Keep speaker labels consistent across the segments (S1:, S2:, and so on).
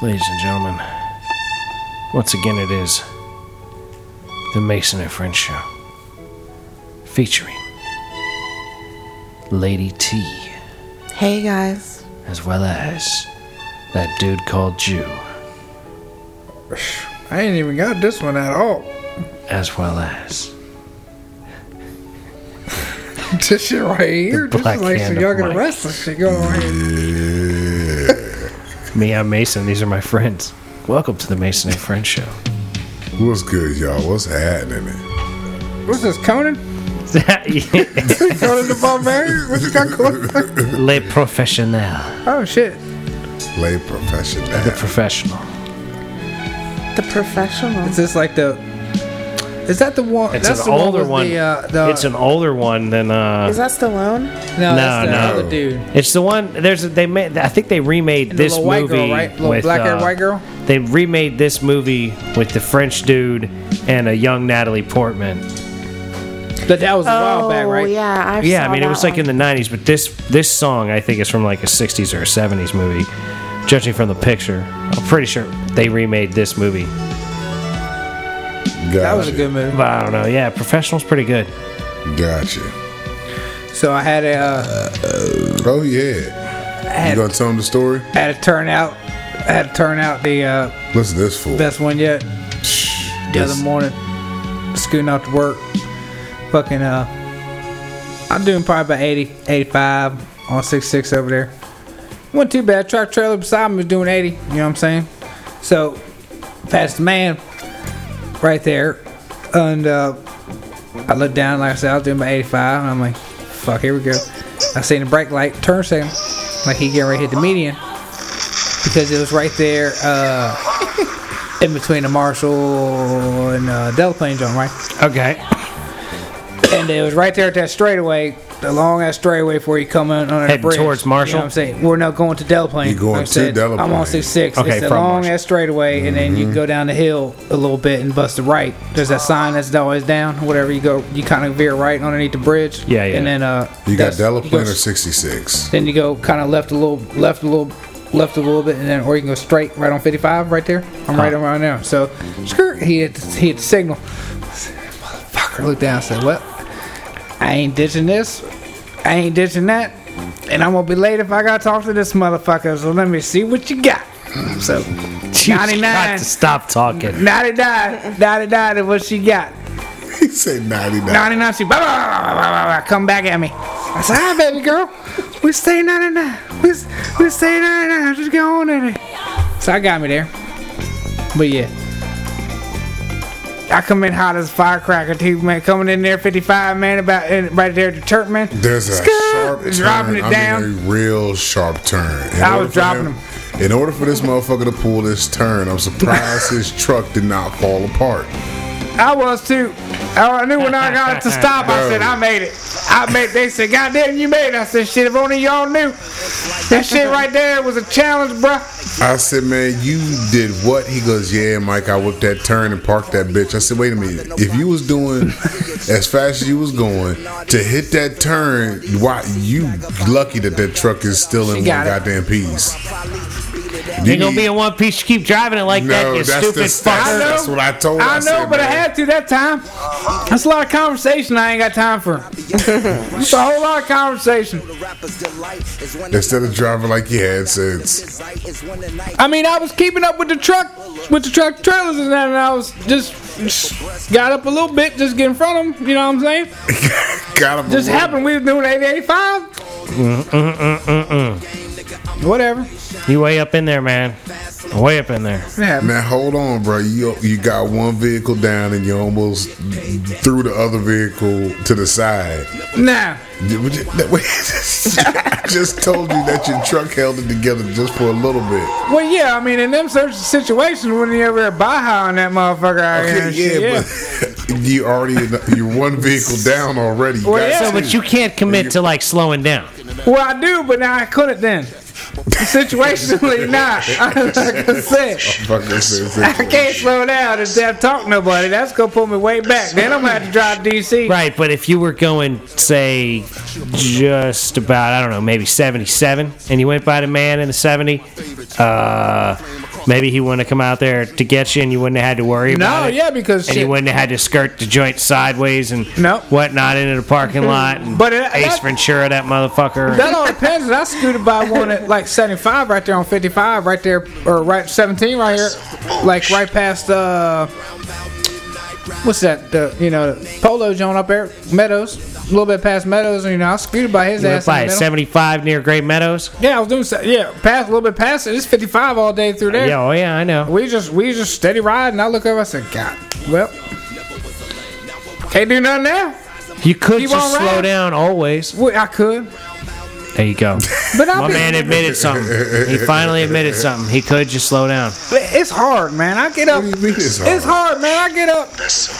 S1: Ladies and gentlemen, once again it is the Mason and Friend Show featuring Lady T
S2: Hey guys.
S1: as well as that dude called Jew
S3: I ain't even got this one at all.
S1: as well as
S3: This shit right here, this
S1: black
S3: is like some
S1: hand of
S3: young
S1: Mike.
S3: and restless shit going on here.
S1: me. I'm Mason. These are my friends. Welcome to the Mason and Friend Show.
S4: What's good, y'all? What's happening?
S3: What's this, Conan? Conan the Barbarian? What you got going on?
S1: Le professionnel,
S3: Oh shit.
S4: Play professional.
S1: the professional.
S2: The professional.
S3: Is this like the. Is that the one?
S1: It's
S3: that's
S1: an
S3: the
S1: older
S3: with
S1: one.
S3: The, uh, the,
S1: it's an older one than uh.
S2: Is that Stallone?
S3: no, that's
S1: No,
S3: the
S1: no.
S3: other dude.
S1: It's the one. There's a- they made. I think they remade
S3: And the
S1: this
S3: little white
S1: movie
S3: girl, right? Little
S1: with
S3: black-haired
S1: uh,
S3: white girl?
S1: They remade this movie with the French dude and a young Natalie Portman.
S3: But that was a while
S2: oh,
S3: back, right?
S2: yeah. I
S1: yeah, I
S2: saw
S1: mean it
S2: that
S1: was like
S2: one.
S1: in the '90s, but this this song I think is from like a '60s or a '70s movie. Judging from the picture, I'm pretty sure they remade this movie.
S4: Gotcha.
S3: That was a good movie.
S1: But I don't know. Yeah, Professional's pretty good.
S4: Gotcha.
S3: So I had a, uh,
S4: Oh yeah.
S3: I
S4: You
S3: had,
S4: gonna tell him the story?
S3: had to turn out, I had to turn out the uh,
S4: Listen to this fool.
S3: best one yet. the other morning, scooting out to work. Fucking, uh, I'm doing probably about 80, 85 on 66 over there. Wasn't too bad. Truck trailer beside me was doing 80, you know what I'm saying? So, past the man right there. And, uh, I looked down, like I said, I was doing about 85, and I'm like, fuck, here we go. I seen the brake light turn signal, like he getting ready to hit the median. Because it was right there, uh, in between the Marshall and uh, Delplane zone, right?
S1: Okay.
S3: And it was right there at that straightaway, the long ass straightaway before you come in under
S1: Heading
S3: the bridge.
S1: towards Marshall?
S3: You know what I'm saying we're not going to Delplane.
S4: You're going
S3: Like I
S4: to
S3: said, I'm on
S4: Delplane.
S3: 66.
S1: Okay,
S3: it's a
S1: from
S3: long
S1: Marshall.
S3: ass straightaway, and then
S4: Mm-hmm.
S3: you go down the hill a little bit and bust the right. There's that sign that's always down. Whatever you go, you kind of veer right underneath the bridge.
S1: Yeah, yeah.
S3: And then uh,
S4: you got
S3: that's- you go
S4: Delaplane or
S3: s-
S4: 66?
S3: Then you go kind of left a little, left a little, left a little bit, and then or you can go straight right on 55 right there. I'm right around now. So, skirt, he hit, he hit the signal. Motherfucker, looked down and said, "Well, I ain't ditching this, I ain't ditching that, and I'm gonna be late if I gotta talk to this motherfucker. So let me see what you got." So,
S1: You got to
S3: 99.
S1: stop talking.
S3: 99, 99 is what she got.
S4: He said 99.
S3: 99, she blah, blah, blah, blah, blah, blah, come back at me. I said, hi, baby girl. We stay 99. We, s- we stay 99. Just go on in it. So I got me there. But yeah. I come in hot as a firecracker, too, man. Coming in there 55, man, about in, right there at the turp, man.
S4: There's a
S3: Skirt,
S4: sharp turn.
S3: dropping it
S4: I mean,
S3: down.
S4: a real sharp turn. In
S3: I
S4: order
S3: was
S4: for
S3: dropping
S4: In order for this motherfucker to pull this turn, I'm surprised his truck did not fall apart.
S3: I was too. I knew when I got it to stop, I said, I made it. I made They said, God damn, you made it. I said, shit, if only y'all knew. That shit right there was a challenge, bruh.
S4: I said, man, you did what? He goes, yeah, Mike, I whipped that turn and parked that bitch. I said, wait a minute. If you was doing as fast as you was going to hit that turn, why you lucky that that truck is still in one
S3: got it.
S4: goddamn piece?
S1: You're gonna be in one piece. You keep driving it like that,
S4: No,
S1: you
S4: that's
S1: stupid
S4: the-
S1: fucker.
S3: I know.
S4: That's what I told her.
S3: I
S4: I
S3: know,
S4: said,
S3: but I
S4: man.
S3: had to that time. That's a lot of conversation. I ain't got time for. It's a whole lot of conversation.
S4: Instead of driving like you had since.
S3: I mean, I was keeping up with the truck, with the truck trailers and that, and I was just got up a little bit, just get in front of them. You know what I'm saying?
S4: Got him.
S3: Just happened. We was doing 885. Whatever.
S1: You way up in there, man. Way up in there.
S3: Yeah.
S4: Now hold on, bro. You you got one vehicle down and you almost threw the other vehicle to the side.
S3: Now,
S4: Would you- that- wait, I just told you that your truck held it together just for a little bit.
S3: well, yeah. I mean, in them certain situations, when you ever Baja on that motherfucker out here,
S4: Okay,
S3: and shit, yeah.
S4: yeah, but you already you're one vehicle down already. You
S3: Well,
S4: got
S3: yeah.
S1: So,
S4: two.
S1: but you can't commit to like slowing down.
S3: Well, I do, but now I couldn't then. Situationally, not. like I said,
S4: Oh, Fuck this shit.
S3: I can't slow down and damn talk to nobody. That's gonna pull me way back. Then I'm gonna have to drive DC.
S1: Right, but if you were going, say, just about, I don't know, maybe 77, and you went by the man in the 70, uh, Maybe he wouldn't have come out there to get you, and you wouldn't have had to worry about
S3: No,
S1: it.
S3: yeah, because
S1: and
S3: shit,
S1: you wouldn't have had to skirt the joint sideways and
S3: Nope.
S1: whatnot into the parking lot. And
S3: But it-
S1: Ace
S3: that-
S1: Ventura, that motherfucker.
S3: that all depends. I scooted by one at like 75 right there on 55 right there, or right 17 right here, like right past uh, what's that? The you know the Polo joint up there, Meadows, a little bit past Meadows. You know, I scooted by his
S1: You went
S3: ass. in the
S1: by
S3: middle.
S1: 75 near Great Meadows.
S3: Yeah, I was doing se- yeah, past a little bit past it. It's 55 all day through there.
S1: Yeah, oh yeah, I know.
S3: We just we just steady riding. I look over, I said, God, well, can't do nothing now.
S1: You could
S3: Keep
S1: just
S3: on
S1: slow
S3: riding.
S1: down always.
S3: Well, I could,
S1: There you go.
S3: but I'll
S1: My
S3: be,
S1: man admitted something. He finally admitted something. He could just slow down.
S3: It's hard, man. I get up.
S4: What do you mean it's hard?
S3: It's hard, man. I get up.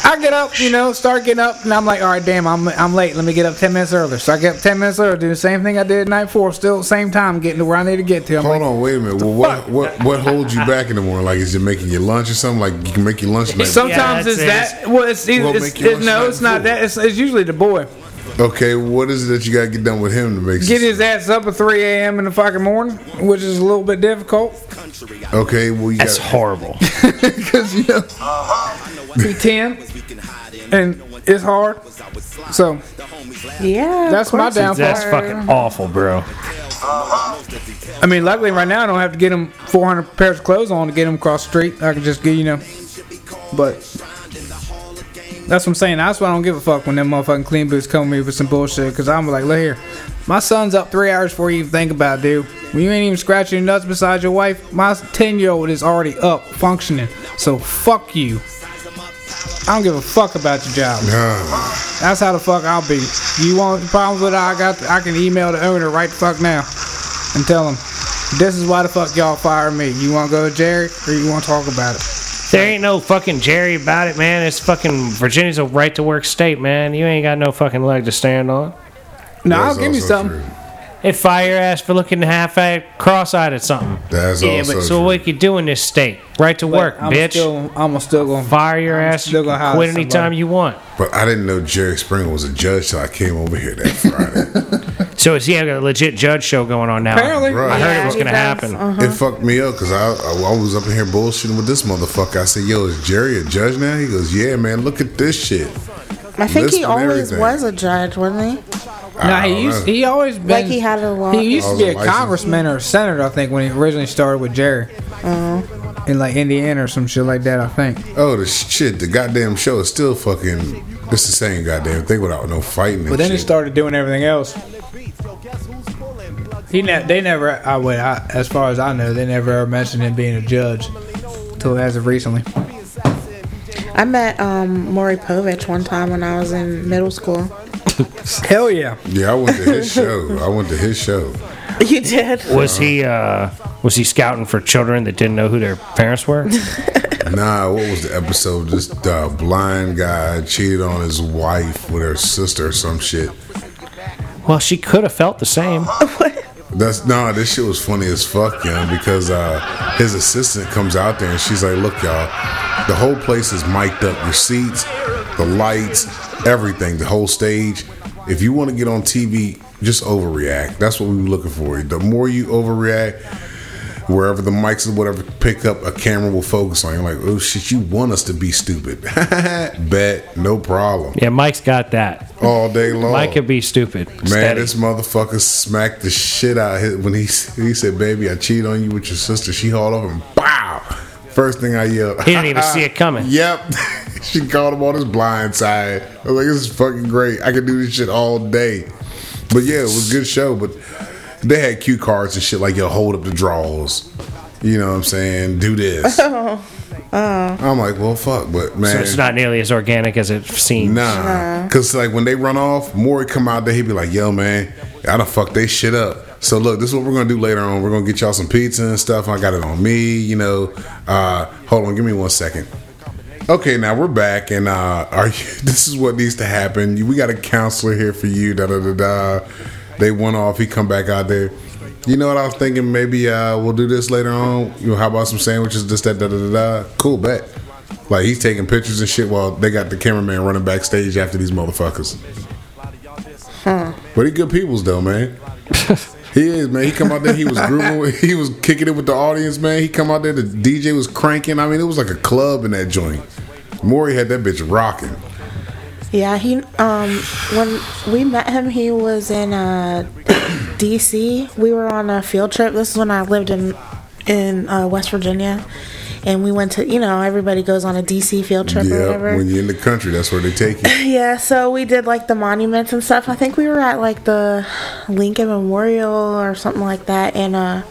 S3: I get up. You know, start getting up, and I'm like, all right, damn, I'm I'm late. Let me get up ten minutes earlier. So I get up ten minutes earlier, do the same thing I did night four. Still same time, getting to where I need to get to. I'm like,
S4: Hold on, wait a minute. Well, what what what holds you back in the morning? Like, is it making your lunch or something? Like, you can make your lunch. Like,
S3: Sometimes
S1: Yeah,
S3: it's
S1: that's-
S3: that. Well, it's,
S4: Well,
S3: it's,
S4: make your
S3: it's no,
S4: lunch
S3: it's not
S4: food.
S3: that. It's, it's usually the boy.
S4: okay, what is it that you got to get done with him to make?
S3: Get his ass up at 3 a.m. in the fucking morning, which is a little bit difficult.
S4: Okay, well, you
S1: That's
S4: got
S1: horrible.
S4: because you know.
S3: Be 10, and it's hard. So
S2: Yeah.
S3: That's
S2: of
S3: my
S2: course.
S3: downfall.
S1: That's fucking awful, bro.
S3: I mean, luckily right now I don't have to get him 400 pairs of clothes on to get him across the street. I can just get you know, but that's what I'm saying. That's why I don't give a fuck when them motherfucking clean boots come to me with some bullshit. Because I'm like, look here, my son's up three hours before you even think about, it, dude. When you ain't even scratching your nuts beside your wife, my 10 year old is already up functioning. So fuck you. I don't give a fuck about your job.
S4: Ah,
S3: That's how the fuck I'll be. You want problems with it? I got. I can email the owner right the fuck now, and tell him this is why the fuck y'all fired me. You want to go to Jerry or you want to talk about it?
S1: There ain't no fucking Jerry about it, man. It's fucking Virginia's a right to work state, man. You ain't got no fucking leg to stand on.
S3: No, I'll
S4: that's
S3: give you
S4: also
S3: something.
S4: true.
S1: They fire your ass for looking half at cross-eyed at something.
S4: That's
S1: Yeah,
S4: also
S1: but
S4: true.
S1: so what you do in this state? Right to
S3: But
S1: work,
S3: I'm
S1: bitch.
S3: Still, I'm still going.
S1: fire your
S3: I'm
S1: ass.
S3: still
S1: You
S3: gonna
S1: can
S3: holler
S1: quit
S3: at somebody.
S1: anytime you want.
S4: But I didn't know Jerry Springer was a judge till I came over here that Friday.
S1: So is he having a legit judge show going on now?
S3: Apparently,
S4: Right.
S1: I heard
S2: Yeah,
S1: it was
S2: he
S1: going to
S2: does.
S1: happen.
S2: Uh-huh.
S4: it fucked me up because I, I I was up in here bullshitting with this motherfucker. I said, "Yo, is Jerry a judge now?" He goes, "Yeah, man. Look at this shit."
S2: I think
S4: Listen
S2: he
S4: to
S2: always
S4: everything.
S2: was a judge, wasn't he?
S3: Nah,
S4: I don't
S3: he used.
S4: know.
S3: He always been.
S2: Like he had a law-
S3: He used
S4: I
S3: to
S4: was
S3: be a
S4: a licensed-
S3: congressman or a senator, I think, when he originally started with Jerry.
S2: Uh-huh.
S3: In like Indiana or some shit like that, I think.
S4: Oh, the shit. The goddamn show is still fucking. It's the same goddamn thing without no fighting. And
S3: But then
S4: shit.
S3: he started doing everything else. He ne- they never, I would, I, as far as I know, they never ever mentioned him being a judge until as of recently.
S2: I met um, Maury Povich one time when I was in middle school.
S3: Hell yeah!
S4: Yeah, I went to his show. I went to his show.
S2: You did?
S1: Was
S4: Uh-huh.
S1: he uh, was he scouting for children that didn't know who their parents were?
S4: Nah, what was the episode? This uh, blind guy cheated on his wife with her sister or some shit.
S1: well, she could have felt the same.
S4: That's nah. This shit was funny as fuck, young. Because uh, his assistant comes out there and she's like, "Look, y'all, the whole place is mic'd up. Your seats, the lights, everything, the whole stage. If you want to get on TV, just overreact. That's what we were looking for. The more you overreact, wherever the mics or whatever pick up, a camera will focus on you. Like, oh shit, you want us to be stupid? Bet, no problem.
S1: Yeah, Mike's got that.
S4: All day long.
S1: Mike could be stupid.
S4: Oh. Man,
S1: Steady.
S4: this motherfucker smacked the shit out of his when he he said, "Baby, I cheated on you with your sister." She hauled up and bow. First thing I yelled,
S1: He didn't even see it coming.
S4: "Yep!" she called him on his blind side. I was like, "This is fucking great. I could do this shit all day." But yeah, it was a good show. But they had cue cards and shit like, "Yo, hold up the draws." You know what I'm saying? Do this. I'm like, well, fuck, but man,
S1: So it's not nearly as organic as it seems.
S4: Nah, cause like when they run off, Maury come out there. He be like, "Yo, man, I done fucked they shit up." So look, this is what we're gonna do later on. We're gonna get y'all some pizza and stuff. I got it on me, you know. Uh, hold on, give me one second. Okay, now we're back, and uh, are you, this is what needs to happen. You- We got a counselor here for you. Da da da da. They went off. He come back out there. You know what I was thinking? Maybe uh, we'll do this later on. You know, how about some sandwiches? This that da da da da. Cool bet. Like he's taking pictures and shit while they got the cameraman running backstage after these motherfuckers. But he good peoples though, man. He is, man. He come out there, he was grooving, with- he was kicking it with the audience, man. He come out there, the DJ was cranking. I mean, it was like a club in that joint. Maury had that bitch rocking.
S2: Yeah, he um when we met him he was in uh DC. We were on a field trip. This is when I lived in in uh, West Virginia. And we went to you know, everybody goes on a DC field trip or
S4: Yeah,
S2: whatever.
S4: when you're in the country, that's where they take you.
S2: yeah, so we did like the monuments and stuff. I think we were at like the Lincoln Memorial or something like that and uh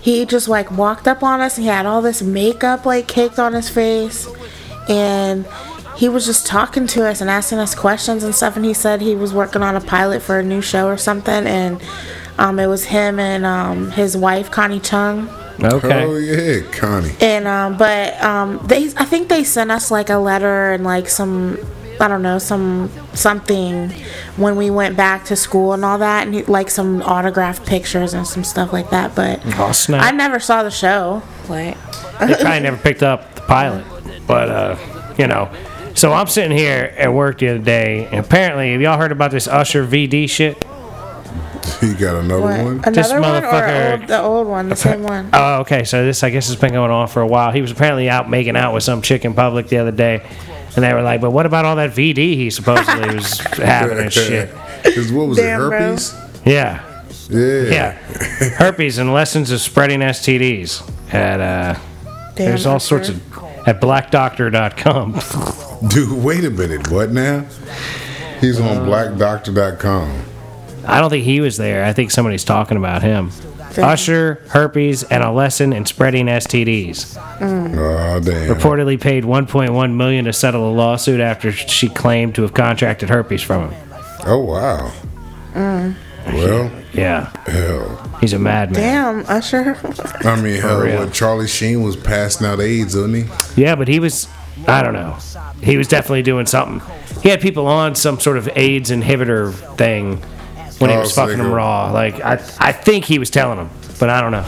S2: he just like walked up on us and he had all this makeup like caked on his face and he was just talking to us and asking us questions and stuff and he said he was working on a pilot for a new show or something and um, it was him and um, his wife connie chung
S1: Okay.
S4: Oh yeah, Connie.
S2: and um, but um, they i think they sent us like a letter and like some i don't know some something when we went back to school and all that and like some autographed pictures and some stuff like that but
S1: Oh, snap.
S2: I never saw the show. Like,
S1: they probably never picked up the pilot. But uh, you know, so I'm sitting here at work the other day, and apparently, have y'all heard about this Usher VD shit?
S4: He got another
S2: what?
S4: one.
S2: Another
S1: This
S2: one or
S1: motherfucker-
S2: old, the old one, the same one?
S1: Oh, okay. So this, I guess, has been going on for a while. He was apparently out making out with some chick in public the other day, and they were like, "But what about all that VD he supposedly was having and shit?"
S4: 'Cause what was
S2: Damn,
S4: it?
S2: bro.
S4: Herpes.
S1: Yeah,
S4: Yeah.
S1: yeah. Herpes and lessons of spreading STDs. At uh,
S2: Damn,
S1: there's all sorts
S2: Usher.
S1: of at blackdoctor.com.
S4: Dude, wait a minute. What now? He's on
S1: Uh,
S4: blackdoctor.com.
S1: I don't think he was there. I think somebody's talking about him. Usher, herpes, and a lesson in spreading STDs.
S4: Oh damn.
S1: Reportedly paid 1.1 million to settle a lawsuit after she claimed to have contracted herpes from him.
S4: Oh wow.
S1: Mm.
S4: Well,
S1: Yeah,
S4: hell.
S1: he's a madman.
S2: Damn, Usher.
S4: I mean, hell.
S1: real.
S4: What Charlie Sheen was passing out AIDS, wasn't he?
S1: Yeah, but he was, I don't know. He was definitely doing something. He had people on some sort of AIDS inhibitor thing when he
S4: Oh,
S1: was
S4: so they
S1: fucking them
S4: go-
S1: raw. Like, I, I think he was telling them, but I don't know.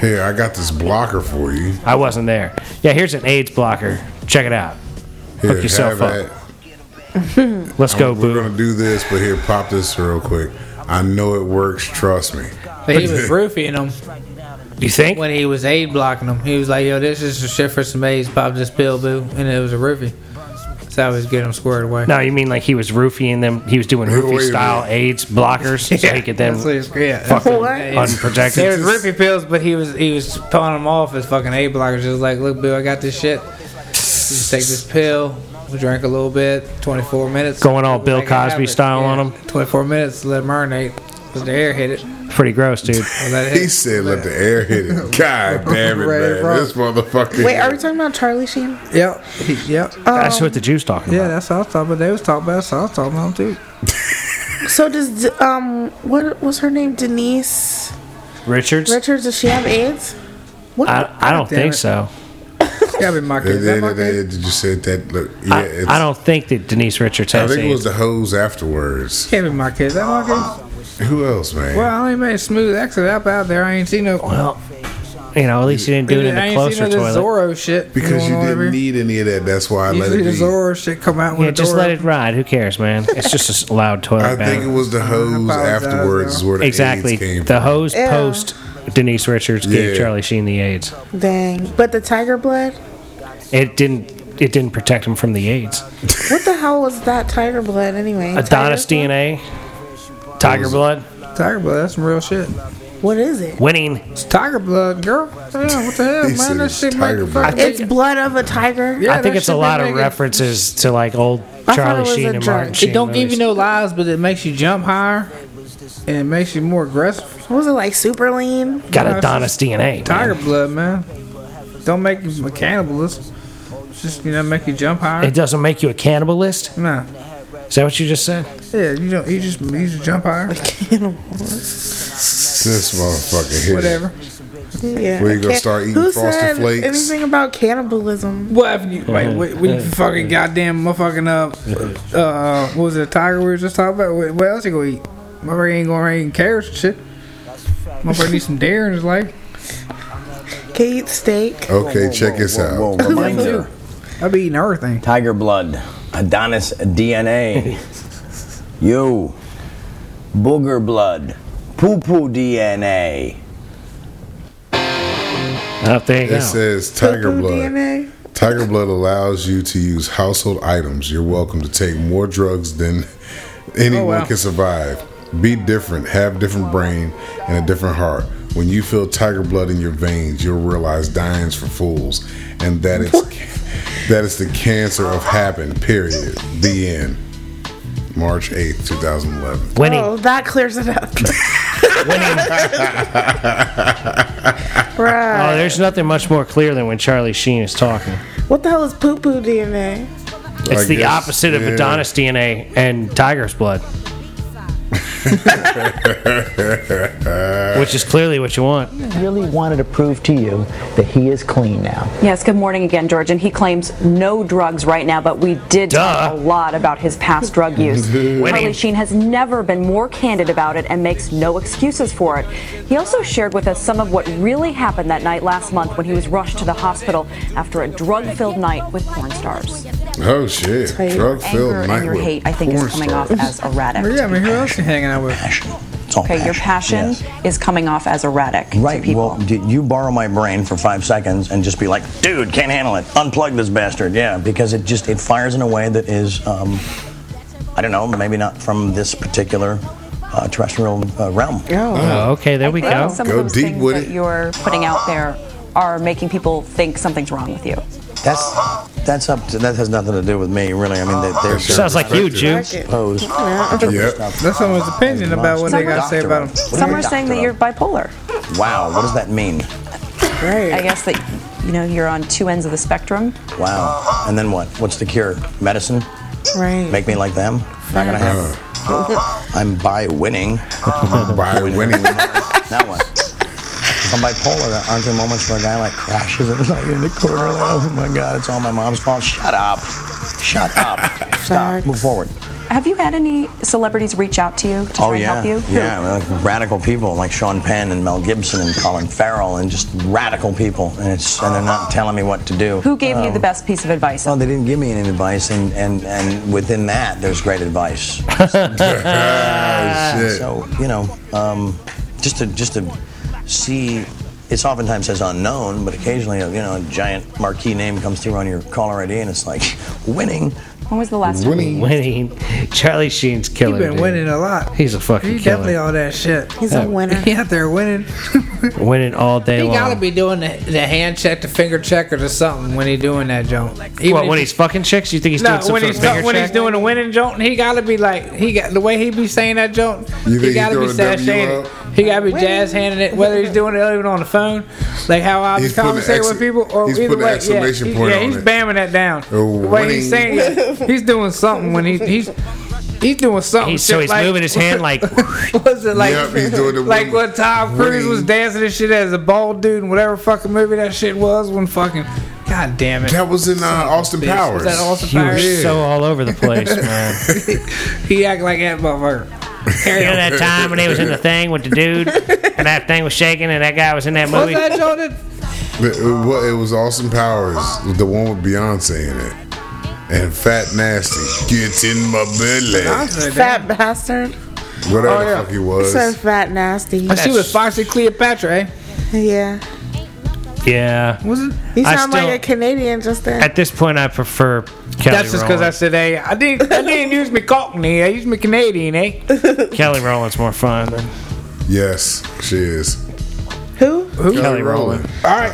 S4: Here, I got this blocker for you.
S1: I wasn't there. Yeah, here's an AIDS blocker. Check it out.
S4: Here,
S1: yourself
S4: have
S1: up.
S4: at-
S1: Let's go,
S4: We're
S1: boo.
S4: gonna do this, but here, pop this real quick. I know it works. Trust me.
S3: But he was roofing him
S1: You think?
S3: when he was aid blocking him. He was like, "Yo, this is some shit for some AIDS. Pop this pill, boo," and it was a roofie. So I was getting him squared away.
S1: No, you mean like he was roofieing them? He was doing
S4: Wait a
S1: roofie style AIDS blockers so he could then
S3: That's what he was- yeah, that's
S1: fucking
S3: what it is. They
S1: unprotected.
S3: was roofie pills, but he was he was pulling them off as fucking aid blockers. Just like, look, boo, I got this shit. You just take this pill. We drank a little bit, 24 minutes.
S1: Going all Bill
S3: Like I have
S1: Cosby
S3: it.
S1: style on 'em.
S3: 24 minutes, let him urinate. Let the air hit it.
S1: Pretty gross, dude.
S3: Or let it hit.
S4: He said, "Let the air hit it." God damn it,
S3: Right,
S4: man!
S3: bro.
S4: This motherfucker.
S2: Wait, are we talking about Charlie Sheen?
S3: Yep. He- Yep.
S1: That's what the Jews talking
S3: Um, Yeah,
S1: about.
S3: that's what I was talking about. They was talking about. So I was talking about them too.
S2: So does um what was her name? Denise
S1: Richards?
S2: Richards? Does she have AIDS? What?
S1: I, I don't
S3: damn
S1: think
S3: it.
S1: so.
S3: It's gotta be my
S4: At
S3: kid. Is
S4: the
S3: that
S4: end
S3: my
S4: of the
S3: kid?
S4: day, you just said that. Look, yeah,
S1: I,
S4: it's,
S1: I don't think that Denise Richards
S4: I
S1: has
S4: think it was
S1: AIDS.
S4: the hose afterwards.
S3: Can't be my kid. Is that my kid?
S4: Who else, man?
S3: Well, I only made a smooth exit up out there. I ain't seen no.
S1: Well, you know, at least you didn't do it in
S3: I
S1: the
S3: ain't seen
S1: closer
S3: no this
S1: toilet.
S3: Zorro shit.
S4: because
S3: going
S4: you
S3: on over
S4: didn't
S3: here.
S4: need any of that. That's why I let
S3: Usually
S4: it
S3: the
S4: be.
S3: Zorro shit come out when
S1: Yeah,
S3: the
S1: just
S3: door
S1: let it ride. Who cares, man? It's just a loud
S4: I
S1: toilet
S4: think
S1: bag.
S4: it was the hose
S3: apologize,
S4: afterwards is
S3: though.
S4: where the
S1: Exactly.
S4: AIDS came
S1: The hose
S2: Yeah.
S1: post Denise Richards gave
S4: Yeah.
S1: Charlie Sheen the AIDS.
S2: Dang. But the tiger blood?
S1: It didn't. It didn't protect him from the AIDS.
S2: What the hell was that tiger blood anyway?
S1: Adonis
S2: Tiger
S1: DNA, Tiger Blood,
S3: Tiger blood. That's some real shit.
S2: blood? What is it?
S1: winning.
S3: It's tiger blood, girl. Damn, what the hell,
S4: He said
S3: man? That
S4: it's
S3: shit
S4: tiger
S3: make
S4: blood.
S3: fucking.
S2: It's blood of a tiger.
S3: Yeah,
S1: I think
S3: that
S1: it's a
S3: shit
S1: lot
S3: been
S1: of
S3: making-
S1: references to like old
S2: thought it
S1: Charlie
S2: was
S1: Sheen
S2: a
S1: and
S2: jerk.
S1: Martin
S2: It
S1: Sheen.
S3: It don't give you
S1: movies.
S3: no lies, but it makes you jump higher, and it makes you more aggressive.
S2: What was it like super lean?
S1: Got
S3: no, it's
S1: Adonis DNA. man.
S3: Tiger blood, man. Don't make you a cannibalist. It's Just you know, make you jump higher.
S1: It doesn't make you a cannibalist.
S3: Nah,
S1: Is that what you just said?
S3: yeah, you don't. You just you just jump higher.
S4: This motherfucker hit
S3: Whatever.
S2: Yeah.
S4: Where you gonna
S2: Can-
S4: start eating
S2: Who
S4: Frosted
S2: said
S4: Flakes?
S2: Anything about cannibalism?
S3: What if you
S1: Uh-huh.
S3: wait? What, what you fucking goddamn motherfucking uh, uh, what was it? A tiger we were just talking about. What, what else you gonna eat? Motherfucker ain't gonna eat carrots and shit. Motherfucker need some dare in his life.
S2: Can you eat steak?
S4: it. Okay, check this out.
S5: Whoa, whoa, reminder.
S3: I be eating everything.
S5: Tiger blood, Adonis DNA. you, booger blood, poo poo DNA.
S1: Oh, there you
S4: It
S1: go.
S4: says tiger
S2: Poo-poo
S4: blood.
S2: DNA.
S4: Tiger blood allows you to use household items. You're welcome to take more drugs than anyone
S3: wow.
S4: can survive. Be different, have different brain and a different heart. When you feel tiger blood in your veins, you'll realize dying's for fools, and that it's that is the cancer of happen. Period. The end. March eighth, two thousand eleven.
S1: When he,
S2: Oh, that clears it up.
S1: oh,
S2: right.
S1: there's nothing much more clear than when Charlie Sheen is talking.
S2: What the hell is poo poo DNA?
S1: It's
S4: I
S1: the
S4: guess,
S1: opposite of
S4: yeah.
S1: Adonis DNA and tiger's blood. Which is clearly what you want.
S6: really wanted to prove to you that he is clean now.
S7: Yes, good morning again, George. And he claims no drugs right now, but we did
S1: Duh.
S7: talk a lot about his past drug use.
S1: Winning.
S7: Charlie Sheen has never been more candid about it and makes no excuses for it. He also shared with us some of what really happened that night last month when he was rushed to the hospital after a drug-filled night with porn stars.
S4: Oh shit! Drug
S7: Anger
S4: filled
S7: and
S4: night
S7: your
S4: with
S7: hate, I think,
S4: porn
S7: is coming off
S4: stars.
S7: as erratic.
S3: Yeah, I mean, who else you hanging out with?
S5: Passion. It's all
S7: Okay, your passion
S5: Yes.
S7: is coming off as erratic
S5: Right.
S7: to people.
S5: Well, d- you borrow my brain for five seconds and just be like, dude, can't handle it. Unplug this bastard. Yeah, because it just it fires in a way that is, um, I don't know, maybe not from this particular uh, terrestrial uh, realm.
S1: Oh, okay, there we go.
S7: I think Some
S4: Go
S7: of those
S4: deep
S7: things
S4: with
S7: that
S4: it.
S7: you're putting out there are making people think something's wrong with you.
S5: That's that's up to that has nothing to do with me really. I mean, they, they're
S1: Sounds like you, Jew.
S5: posed.
S4: Yep.
S3: That's someone's opinion about what they got to say about him.
S7: Some are saying that you're bipolar.
S5: Wow, what does that mean?
S7: I
S3: Great.
S7: guess that you know you're on two ends of the spectrum.
S5: Wow. And then what? What's the cure? Medicine?
S2: Right.
S5: Make me like them? Not gonna happen. I'm by winning.
S4: By winning.
S5: Now what? I'm bipolar. Aren't there moments where a guy like crashes and like in the corner? Like, oh my God, it's all my mom's fault. Shut up. Shut up. Stop.
S2: Facts.
S5: Move forward.
S7: Have you had any celebrities reach out to you to
S5: Oh
S7: try
S5: yeah,
S7: and help you?
S5: yeah, like radical people like Sean Penn and Mel Gibson and Colin Farrell and just radical people, and it's and they're not telling me what to do.
S7: Who gave you the best piece of advice?
S5: um, Well, they didn't give me any advice, and and and within that, there's great advice.
S4: Ah, shit.
S5: So you know, um, just to just to see, it's oftentimes says unknown, but occasionally a, you know a giant marquee name comes through on your caller ID, and it's like winning.
S7: when was the last time?
S4: Winning.
S1: Winning. Charlie Sheen's
S3: You've
S1: killer.
S3: been
S1: dude.
S3: winning a lot.
S1: He's a fucking
S3: He's
S1: killer.
S3: definitely all that shit.
S2: He's a winner.
S3: He out there winning.
S1: Winning all day
S3: He
S1: long.
S3: gotta be doing the, the hand check, the finger check, or the something when he doing that joint. Even
S1: what,
S3: if
S1: when
S3: he-
S1: he's fucking chicks? You think he's
S3: no,
S1: doing some
S3: when
S1: sort
S3: he's
S1: of finger
S3: do- when he's
S1: check?
S3: doing a winning joint, he gotta be like he got the way he be saying that joint.
S4: You think
S3: he
S4: he
S3: gotta be
S4: throwing W
S3: sashaying.
S4: up?
S3: it. He gotta be jazz handing it, whether he's doing it even on the phone, like how I be
S4: He's putting an
S3: conversating
S4: ex-
S3: with people, or
S4: he's
S3: either
S4: putting an
S3: way,
S4: exclamation
S3: yeah, he-
S4: point
S3: yeah,
S4: on
S3: he's
S4: it.
S3: bamming that down.
S4: Oh,
S3: the way he's saying
S4: winning.
S3: it, he's doing something when he he's he's doing something.
S1: He's- so
S3: shit
S1: he's
S3: like-
S1: moving his hand like.
S3: was it like
S4: Yep, he's doing the
S3: like
S4: wing-
S3: what Tom Cruise was
S4: wing.
S3: dancing and shit as a bald dude in whatever fucking movie that shit was when fucking God damn it.
S4: That was in uh, Austin
S3: Bitch,
S4: Powers.
S3: Is that Austin
S1: You were
S3: Powers?
S1: so all over the place, man.
S3: he act like that motherfucker.
S1: You know that time when they was in the thing with the dude, and that thing was shaking, and that guy was in that
S3: What's
S1: movie?
S3: that Jordan?
S4: It, it wa- uh, it was Austin Powers, the one with Beyonce in it. And Fat Nasty gets in my belly.
S2: Fat bastard.
S4: Whatever
S3: Oh, yeah.
S4: the fuck he was.
S2: So fat nasty.
S3: She was Foxy Cleopatra, eh?
S2: Yeah.
S1: Yeah.
S3: Was it?
S2: You
S1: I
S2: sound
S1: still-
S2: like a Canadian just then.
S1: At this point, I prefer Kelly
S3: That's just because I
S1: Rowland.
S3: said, hey, I didn't, I didn't use me Cockney, I used me Canadian, eh?
S1: Kelly Rowland's more fun than
S4: Yes, she is.
S2: Who?
S1: Kelly Rowland.
S3: All right.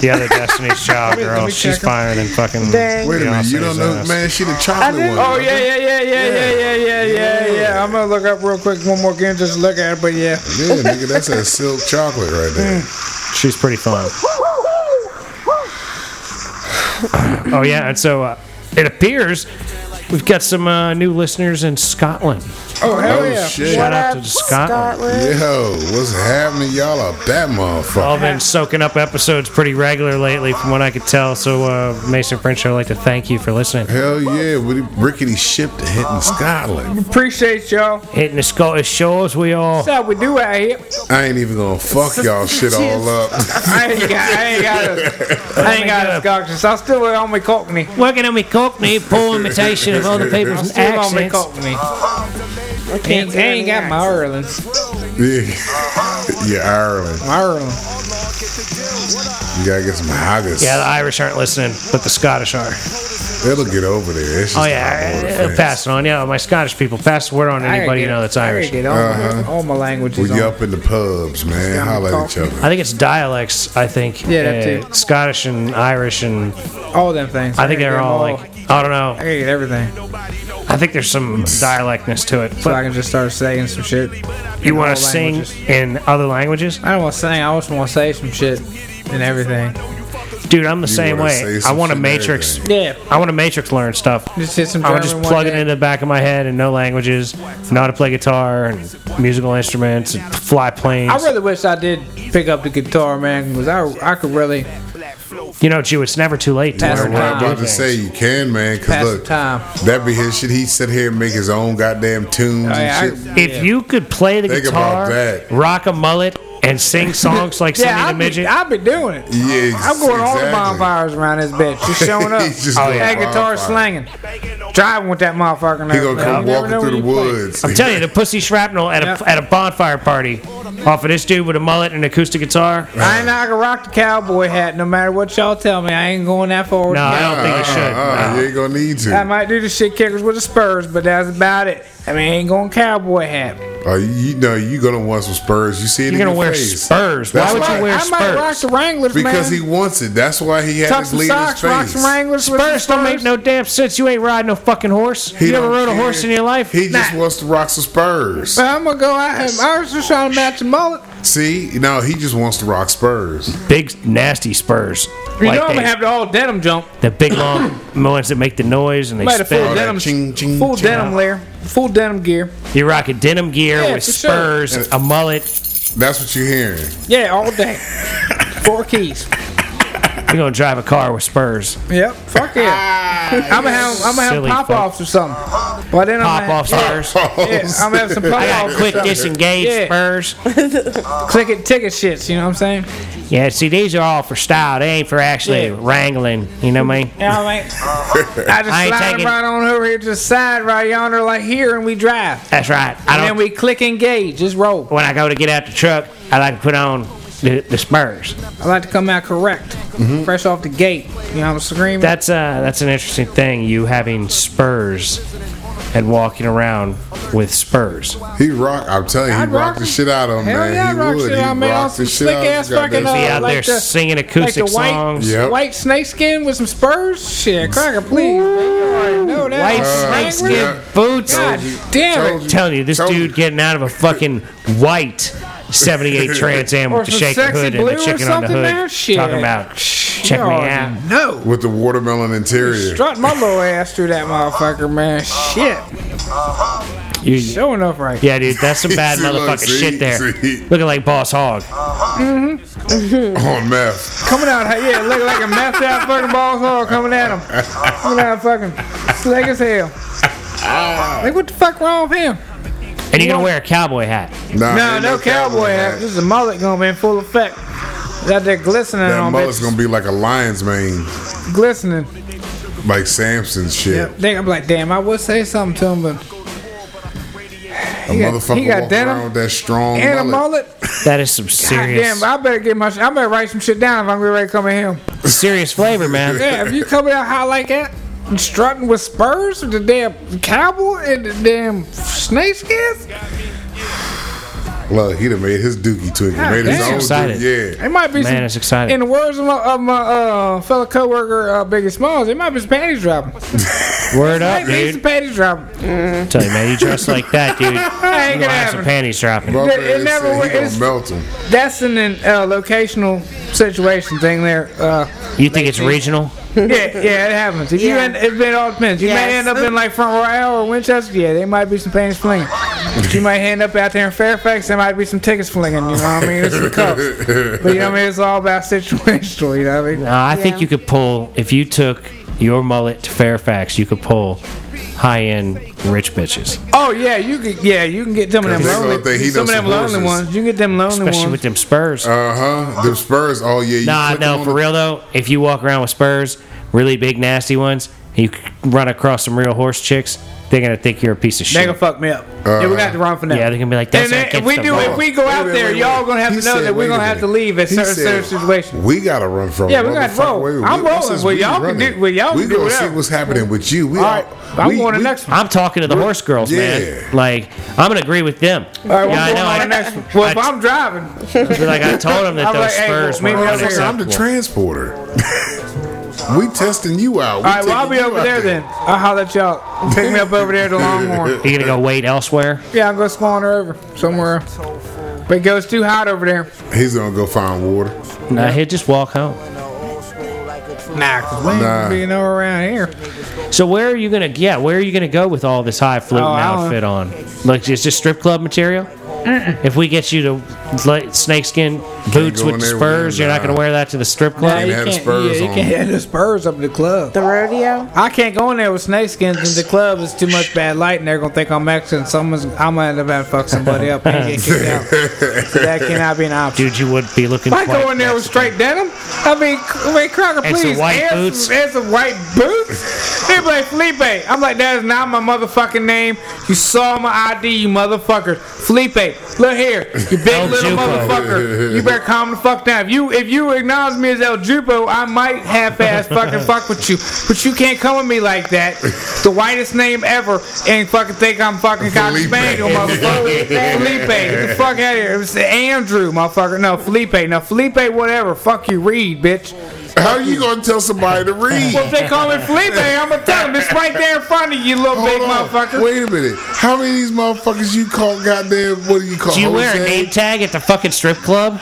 S1: the other Destiny's Child
S3: me- let
S1: girl.
S3: me
S1: She's
S3: check 'em.
S1: finer than fucking.
S2: Dang.
S4: Wait a minute, you don't
S1: Beyonce's
S4: know,
S1: ass.
S4: man. She the
S2: I
S4: chocolate
S2: didn't-
S4: one.
S3: Oh yeah, yeah, yeah, yeah, yeah, yeah, yeah, yeah, yeah. I'm gonna look up real quick one more game just to look at it, but yeah.
S4: Yeah, nigga, that's that silk chocolate right there.
S1: She's pretty fun. oh yeah, and so uh, it appears we've got some uh, new listeners in Scotland.
S3: Oh hell
S4: Oh
S3: yeah.
S4: shit.
S1: Shout out
S2: What
S1: to
S2: up,
S1: Scotland.
S4: Yo, what's happening, y'all? Up that
S1: all
S4: motherfucker.
S1: been soaking up episodes pretty regular lately, from what I could tell. So, uh, Mason French, I'd like to thank you for listening.
S4: Hell yeah, with the rickety ship to hitting Scotland.
S3: Appreciate y'all.
S1: Hitting the Scottish shores, we all.
S3: That's how we do out here.
S4: I ain't even gonna fuck y'all shit all up.
S3: I ain't got, I ain't got a, I ain't got a Scottish. I still on my Cockney.
S1: Working on me Cockney, poor imitation of other people's
S3: Still on my
S1: accents.
S3: Cockney. Ain't, ain't got my Ireland.
S4: Yeah, yeah, Ireland.
S3: Ireland.
S4: You gotta get some haggis.
S1: Yeah, the Irish aren't listening, but the Scottish are.
S4: It'll get over there. It's just
S1: Oh
S4: not
S1: yeah,
S4: more
S1: it'll
S4: offense.
S1: pass it on. Yeah, my Scottish people pass the word on to
S3: I
S1: anybody you
S3: get-
S1: know that's
S3: I
S1: Irish.
S3: get all,
S4: Uh-huh.
S3: my, all my languages.
S4: We
S3: on.
S4: up in the pubs, man.
S3: I'm
S4: Holla at each
S3: talking.
S4: other.
S1: I think it's dialects. I think Uh,
S3: Yeah, that too.
S1: Scottish and Irish and
S3: All them things.
S1: I think
S3: gotta
S1: they're
S3: get
S1: all
S3: them
S1: like I don't
S3: I
S1: know.
S3: gotta get everything,
S1: I think there's some dialectness to it.
S3: so I
S1: But
S3: can just start saying some shit.
S1: you want
S3: all
S1: to sing
S3: languages.
S1: in other languages,
S3: I don't want to sing. I just want to say some shit and everything.
S1: dude? I'm the
S4: You
S1: same
S4: wanna
S1: way.
S4: say
S1: I
S4: some
S1: want to
S4: shit and
S1: matrix.
S4: everything.
S3: Yeah,
S1: I want to matrix learn stuff.
S3: just hit some
S1: I
S3: German
S1: would just
S3: one
S1: plug it
S3: day.
S1: into the back of my head and no languages, know how to play guitar and musical instruments and fly planes.
S3: I really wish I did pick up the guitar, man, because I, I could really
S1: you know, Jew, it's never too late to
S3: Pass
S4: That's
S1: learn
S4: what
S1: how
S4: I'm
S1: to
S4: about
S1: do
S4: to
S1: things.
S4: say. You can, man.
S3: pass
S4: Cause look,
S3: the time.
S4: that be his shit. He sit here and make his own goddamn tunes
S3: Oh, yeah, I-
S4: and shit.
S1: If
S3: Yeah.
S1: you could play the
S4: Think
S1: guitar,
S4: about that.
S1: rock a mullet, and sing songs like Cindy the
S3: Yeah, I'll be,
S1: Midget,
S3: I'll be doing it.
S4: Yeah,
S3: I'm going all the
S4: exactly.
S3: bonfires around this bitch. Just showing up.
S4: He's just
S1: Oh,
S4: going
S1: yeah.
S3: that guitar
S4: bonfire.
S3: slanging. Driving with that motherfucker. and
S4: He gonna
S3: everything.
S4: come
S3: You never
S4: walking
S3: know
S4: through
S3: when
S4: the
S3: you play.
S4: woods.
S1: I'm telling you, the pussy shrapnel at a,
S3: Yeah.
S1: at a bonfire party off of this dude with a mullet and acoustic guitar.
S3: I ain't not gonna rock the cowboy hat no matter what y'all tell me. I ain't going that far. with
S1: No,
S3: the
S1: I
S3: cowboy
S1: don't think you
S4: Uh-uh,
S1: should.
S4: uh-uh,
S1: No.
S4: You ain't gonna need
S3: I
S4: to.
S3: might do the shit kickers with the Spurs, but that's about it. I mean, I ain't going cowboy hat.
S4: Uh, you know you gonna want some spurs. You see it.
S1: You're
S4: in
S1: gonna
S4: your
S1: wear
S4: face.
S1: spurs. Why
S4: That's
S1: would
S4: right.
S1: you wear
S3: I might rock
S1: spurs?
S3: the Wranglers,
S4: Because
S3: man.
S4: he wants it. That's why he had
S3: Tuck
S4: his
S3: some
S4: lead in his
S3: socks, rock
S4: face.
S3: some Wranglers. with the
S1: Spurs don't make no damn sense. You ain't riding no fucking horse.
S4: He
S1: you ever
S4: don't
S1: rode a
S4: care.
S1: horse in your life?
S4: He just
S3: Nah.
S4: wants to rock some spurs.
S3: But I'm gonna go out and I was just trying to match a mullet.
S4: See, no, he just wants to rock spurs.
S1: Big nasty spurs.
S3: You
S1: Like
S3: know I'm
S1: they-
S3: gonna have the all denim jump.
S1: the big long ones that make the noise and they
S3: Made a full
S1: spin.
S4: All that
S3: denim,
S4: ching, ching,
S3: full
S4: ching.
S3: denim layer, full denim gear.
S1: You're rocking denim gear
S3: Yeah,
S1: with
S3: for sure.
S1: spurs, a mullet.
S4: That's what you're hearing.
S3: Yeah, all day. Four keys.
S1: You're gonna drive a car with spurs.
S3: Yep. Fuck yeah. I'm gonna have I'm gonna have
S1: Silly
S3: pop
S1: fuck.
S3: offs or something. Well then I'm
S1: Pop
S3: gonna,
S1: off spurs.
S3: Yeah, I'm gonna have some pop
S1: I
S3: offs.
S1: got
S3: or
S1: quick
S3: something.
S1: disengage
S3: Yeah.
S1: spurs.
S3: Click it, ticket shits. You know what I'm saying?
S1: Yeah, see, these are all for style. They ain't for actually
S3: Yeah.
S1: wrangling. You know what I mean?
S3: You know what I mean? I just
S1: I ain't
S3: slide 'em
S1: taking-
S3: right on over here to the side right yonder, like here, and we drive.
S1: That's right. I
S3: And
S1: don't.
S3: then we click engage. Just roll.
S1: when I go to get out the truck, I like to put on the, the spurs.
S3: I like to come out correct,
S4: Mm-hmm.
S3: fresh off the gate. You know what I'm screaming?
S1: That's uh, that's an interesting thing. You having spurs and walking around with spurs.
S4: He rock. I'm telling you, he
S3: I'd
S4: rocked
S3: rock
S4: the
S3: him.
S4: shit out of him,
S3: Hell
S4: man.
S3: yeah,
S4: he
S3: I'd rock
S4: would.
S3: shit
S4: he
S3: out of me. I'll
S4: rocked the
S3: slick
S4: shit out
S3: ass
S4: of him.
S3: fucking,
S1: Be
S3: uh,
S1: out
S3: like
S1: there
S3: the-
S1: singing
S3: like the
S1: acoustic
S3: white-
S1: songs.
S4: Yep.
S3: White snakeskin with some spurs? Shit, cracker, please. man. You already know that.
S1: White
S4: Uh,
S1: snakeskin
S4: yeah.
S1: boots.
S3: God
S4: Told you-
S3: damn
S4: told
S3: it.
S1: I'm telling you, this
S4: Told
S1: dude getting out of a fucking white 78 Trans Am
S3: Or
S1: with the
S3: some
S1: shaking
S3: sexy
S1: hood and the
S3: blue or
S1: chicken on the
S3: something
S1: hood.
S3: there? Shit.
S1: Talking about, check me out.
S3: No.
S4: with the watermelon interior.
S3: Strut my little ass through that motherfucker, man. Shit.
S1: You-
S3: Showing up right.
S1: yeah, dude, that's some bad
S4: See, look,
S1: motherfucking
S4: see,
S1: shit there.
S4: see.
S1: Looking like Boss Hog.
S4: On meth.
S3: Coming out, yeah, looking like a messed out fucking balls hole coming at him. Coming out fucking slick as hell. Like, what the fuck wrong with him?
S1: And you're going to wear a cowboy hat.
S4: Nah,
S3: No,
S4: ain't
S3: no cowboy hat. This is a mullet gonna be in full effect. Got that glistening
S4: That
S3: on,
S4: mullet's
S3: bitch.
S4: gonna be like a lion's mane,
S3: Glistening.
S4: like Samson's shit.
S3: Yep. Think I'm like, damn, I would say something to him, but
S4: A
S3: He got-
S4: motherfucker
S3: he got
S4: walk
S3: denim
S4: around with that strong
S3: and a
S4: mullet.
S3: mullet.
S1: That is some
S3: God
S1: serious,
S3: damn, I better get my. I better write some shit down if I'm gonna ready to come in here.
S1: serious flavor, man.
S3: Yeah, if you coming out hot like that, and strutting with spurs, with the damn cowboy and the damn snakeskins,
S4: Look, he done made his dookie twinkle.
S3: God
S4: made
S3: Oh, damn.
S4: his own
S1: Excited.
S4: dookie. Yeah.
S3: it might be.
S1: Man,
S3: some,
S1: it's exciting.
S3: In the words of my, of my uh, fellow coworker, uh, Biggie Smalls, it might be some panties dropping.
S1: Word
S3: Might
S1: up,
S3: be some
S1: dude.
S3: panties dropping.
S1: i tell you, man, you dress like that, dude. You're
S3: I ain't
S1: going to have some
S3: gonna happen.
S1: panties dropping.
S4: Bro,
S3: It-
S4: man,
S3: it never
S4: said
S3: wa-
S4: he
S3: it's-
S4: gonna melt him.
S3: That's an uh, locational situation thing there. Uh,
S1: You think it's regional?
S3: yeah, yeah, it happens. If you
S2: Yeah.
S3: end, it, it all depends. You may
S2: Yes.
S3: end up in like Front Royal or Winchester. Yeah, there might be some panties flinging. But you might end up out there in Fairfax. There might be some tickets flinging. You know what I mean? It's the cups. But you know what I mean? It's all about situational. You know what I mean?
S1: Uh, I think
S2: Yeah.
S1: you could pull, if you took your mullet to Fairfax, you could pull high end rich bitches.
S3: Oh yeah, you could. Yeah, you can get some of them
S4: They gonna
S3: lonely.
S4: think he
S3: Some of
S4: knows
S3: them
S4: some
S3: lonely
S4: horses.
S3: ones. You can get them lonely
S1: Especially with
S3: ones.
S1: them Spurs.
S4: Uh huh. The Spurs. Oh yeah. You
S1: Nah,
S4: click him
S1: no,
S4: on
S1: for
S4: the-
S1: real though, if you walk around with spurs, really big nasty ones, and you c- run across some real horse chicks, they're gonna think you're a piece of
S3: They
S1: shit.
S3: gonna fuck me up. yeah, we got to run from that.
S1: Yeah, they're gonna be like, "That's
S3: and then, if
S1: against
S3: we
S1: the
S3: do,
S1: law."
S3: if we go
S4: Uh, Wait a
S3: out
S4: minute,
S3: there,
S4: wait a
S3: y'all
S4: minute.
S3: gonna have
S4: He
S3: to know
S4: said,
S3: that we're
S4: wait a
S3: gonna have to
S4: minute.
S3: leave at
S4: He
S3: certain,
S4: said,
S3: certain situations.
S4: We gotta run from.
S3: Yeah,
S4: it,
S3: we gotta
S4: motherfucker.
S3: roll.
S4: Wait a minute.
S3: I'm
S4: We-
S3: rolling
S4: since
S3: with
S4: we
S3: y'all.
S4: running,
S3: Can do- with y'all
S4: We
S3: can do
S4: gonna
S3: whatever.
S4: see what's happening with you. We
S3: All right,
S4: out-
S3: I'm
S4: we-
S3: going to
S4: we-
S3: next one.
S1: I'm talking to the horse girls,
S4: Yeah.
S1: man. Like, I'm gonna agree with them.
S3: All right, we're
S1: yeah, I
S3: going
S1: know.
S3: on
S1: I,
S3: the next one. Well, if
S1: I-
S3: I'm driving,
S1: like I told them that
S3: I'm
S1: those
S3: like, hey,
S1: Spurs
S3: well,
S1: were
S3: maybe I'll
S4: Nigga,
S3: figure
S4: I'm the
S1: unacceptable.
S4: transporter. we testing you out.
S3: all right, well, I'll be over there then. I'll holler at y'all. Pick me up over there at the Longhorn.
S1: you gonna go wait elsewhere?
S3: Yeah, I'm gonna spawn her over somewhere. But it goes too hot over there.
S4: He's gonna go find water.
S1: No, he'll just walk home.
S3: Nah, 'cause we ain't
S4: Nah.
S3: gonna be nowhere around here.
S1: So where are you gonna? Yeah, where are you gonna go with all this high fluting
S3: Oh, I don't
S1: outfit on? Like, it's just strip club material. If we get you to like, snakeskin boots
S4: go
S1: with
S4: in
S1: the
S4: there with
S1: Spurs,
S4: them,
S1: you're not gonna
S4: nah.
S1: wear that to the strip
S3: Nah,
S1: club.
S4: you have the Spurs
S3: yeah, you
S4: on.
S3: can't have the Spurs up in the club.
S2: The rodeo.
S3: I can't go in there with snakeskins in the club. It's too much bad light, and they're gonna think I'm Mexican. Someone's, I'm gonna end up having to fuck somebody up and get kicked out. So that cannot be an option.
S1: Dude, you would be looking.
S3: If I
S1: quite
S3: go in there with
S1: Mexican.
S3: straight denim, I mean, c- I mean Crocker,
S1: And some
S3: please,
S1: white
S3: add
S1: boots.
S3: Some, add some white boots. they be like Felipe. I'm like, that is not my motherfucking name. You saw my ID, you motherfucker. Felipe, look here, you big
S1: El
S3: little
S1: Jupo.
S3: motherfucker. You better calm the fuck down. If you if you acknowledge me as El Jupo, I might half-ass fucking fuck with you, but you can't come at me like that. The whitest name ever, and fucking think I'm fucking cock
S4: Felipe.
S3: spaniel, motherfucker. Felipe, get the fuck out of here. It was Andrew, motherfucker. No, Felipe. No, Felipe, whatever. Fuck you, Reed, bitch.
S4: How are you gonna tell somebody to read?
S3: Well, if they call me Felipe, I'm going to tell them. It's right there in front of you, little
S4: Hold
S3: big
S4: on.
S3: motherfucker.
S4: Wait a minute. How many of these motherfuckers you call goddamn? What do you call?
S1: Do you wear a
S3: eh?
S4: Jose?
S1: name tag at the fucking strip club?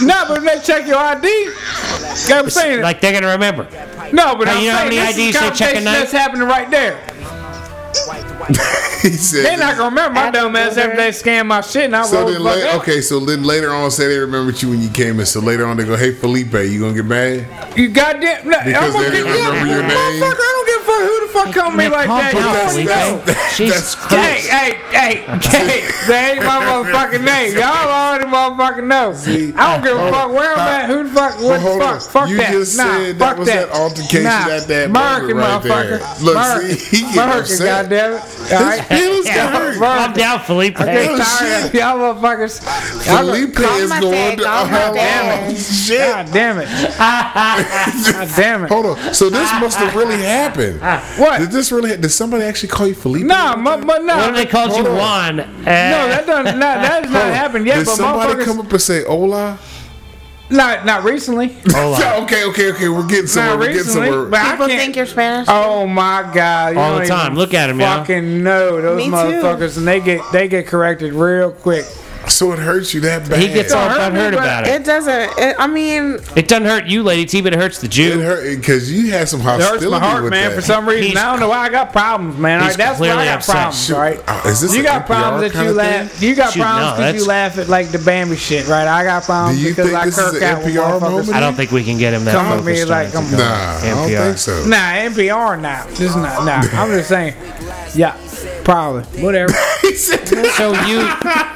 S3: No, but if they check your ID, you know what I'm saying?
S1: Like they're gonna remember.
S3: no, but
S1: Hey,
S3: I'm
S1: you know how
S3: saying
S1: many
S3: this
S1: IDs
S3: is
S1: they check a
S3: a conversation
S1: night?
S3: that's happening right there.
S4: He said.
S3: They're not going to remember my dumb ass every day scan my shit and I
S4: so
S3: roll the
S4: then,
S3: fuck
S4: la-
S3: up.
S4: okay. So then later on, say they remembered you when you came in. So later on, they go, "Hey, Felipe, you gonna get mad?"
S3: You goddamn. No,
S4: Because
S3: I'm gonna
S4: they
S3: get
S4: didn't remember your name?
S3: Motherfucker, I don't give a fuck who the fuck called me
S1: Man,
S3: like
S1: calm
S3: that.
S1: down,
S3: You
S1: Felipe.
S3: already know.
S1: Jesus
S3: Hey,
S1: Christ.
S3: hey, hey, hey, that ain't my motherfucking name. Y'all already motherfucking know. I don't give a fuck where I'm at, who the fuck, what
S4: Hold
S3: the
S4: on.
S3: fuck, fuck
S4: you
S3: that.
S4: just
S3: nah,
S4: said
S3: fuck
S4: that was that, altercation
S3: Nah.
S4: at that
S3: American
S4: moment right there.
S3: motherfucker.
S4: Look,
S3: American,
S4: see, he getting
S3: American,
S4: upset.
S3: goddammit. All right.
S4: His feelings got
S1: Yeah,
S4: hurt.
S1: calm down, Felipe.
S3: I get
S4: Oh,
S3: tired of
S4: shit.
S3: y'all motherfuckers. Y'all gonna-
S4: Felipe is
S2: my
S4: going
S2: dick,
S4: to.
S2: I'm my
S4: Oh,
S2: dick.
S4: shit.
S3: God damn it. God damn it.
S4: Hold on. So this must have really happened.
S3: What?
S4: Did this really? Did somebody actually call you Felipe?
S3: Nah, my, my, nah.
S1: What if they called you
S4: Hold on.
S1: Juan? Uh, No,
S3: No, that doesn't. Nah, that has not happened yet.
S4: Did
S3: but
S4: somebody
S3: motherfuckers,
S4: come up and say "Hola"?
S3: not not recently.
S4: Yeah, okay, okay, okay. We're getting somewhere.
S3: Not
S4: We're getting
S3: recently.
S4: somewhere.
S3: But I
S2: People
S3: can't-
S2: think you're Spanish.
S3: Oh my God! You
S1: All the
S3: don't even
S1: time. Look at 'em, y'all.
S3: Fucking no, those
S2: Me too.
S3: motherfuckers, and they get they get corrected real quick.
S4: So it hurts you that bad.
S1: He gets all
S3: Don't hurt
S1: unheard
S3: me, but
S1: about it.
S2: It doesn't. It, I mean,
S1: It doesn't hurt you, Lady T, but it hurts the
S4: It
S1: Jew.
S4: hurt because you had some
S3: It
S4: hostility
S3: hurts my heart,
S4: with
S3: man.
S4: that.
S3: For some reason,
S1: He's-
S3: I don't know why I got problems, man.
S1: He's
S3: Like, that's why I
S1: clearly
S3: got
S1: upset.
S3: problems,
S4: Shoot.
S3: right?
S4: Uh, is this
S3: you
S4: an
S3: got
S4: NPR
S3: problems that
S4: kinda
S3: you
S4: thing?
S3: laugh. You got
S1: Shoot, no,
S3: problems because you
S1: that's-
S3: laugh at like the Bambi shit, right? I got problems
S4: Do you
S3: because
S4: think
S3: I
S4: this is
S3: kirk
S4: a
S3: out with
S4: NPR
S3: motherfuckers.
S4: moment?
S1: I don't think we can get him that
S3: Come on,
S1: focused
S3: man,
S1: on
S3: like,
S1: it to
S3: I'm-
S1: go
S4: Nah,
S1: on
S4: I don't
S1: NPR.
S4: think so.
S3: Nah, NPR now. This is not now. I'm just saying. Yeah, probably. Whatever.
S1: So you,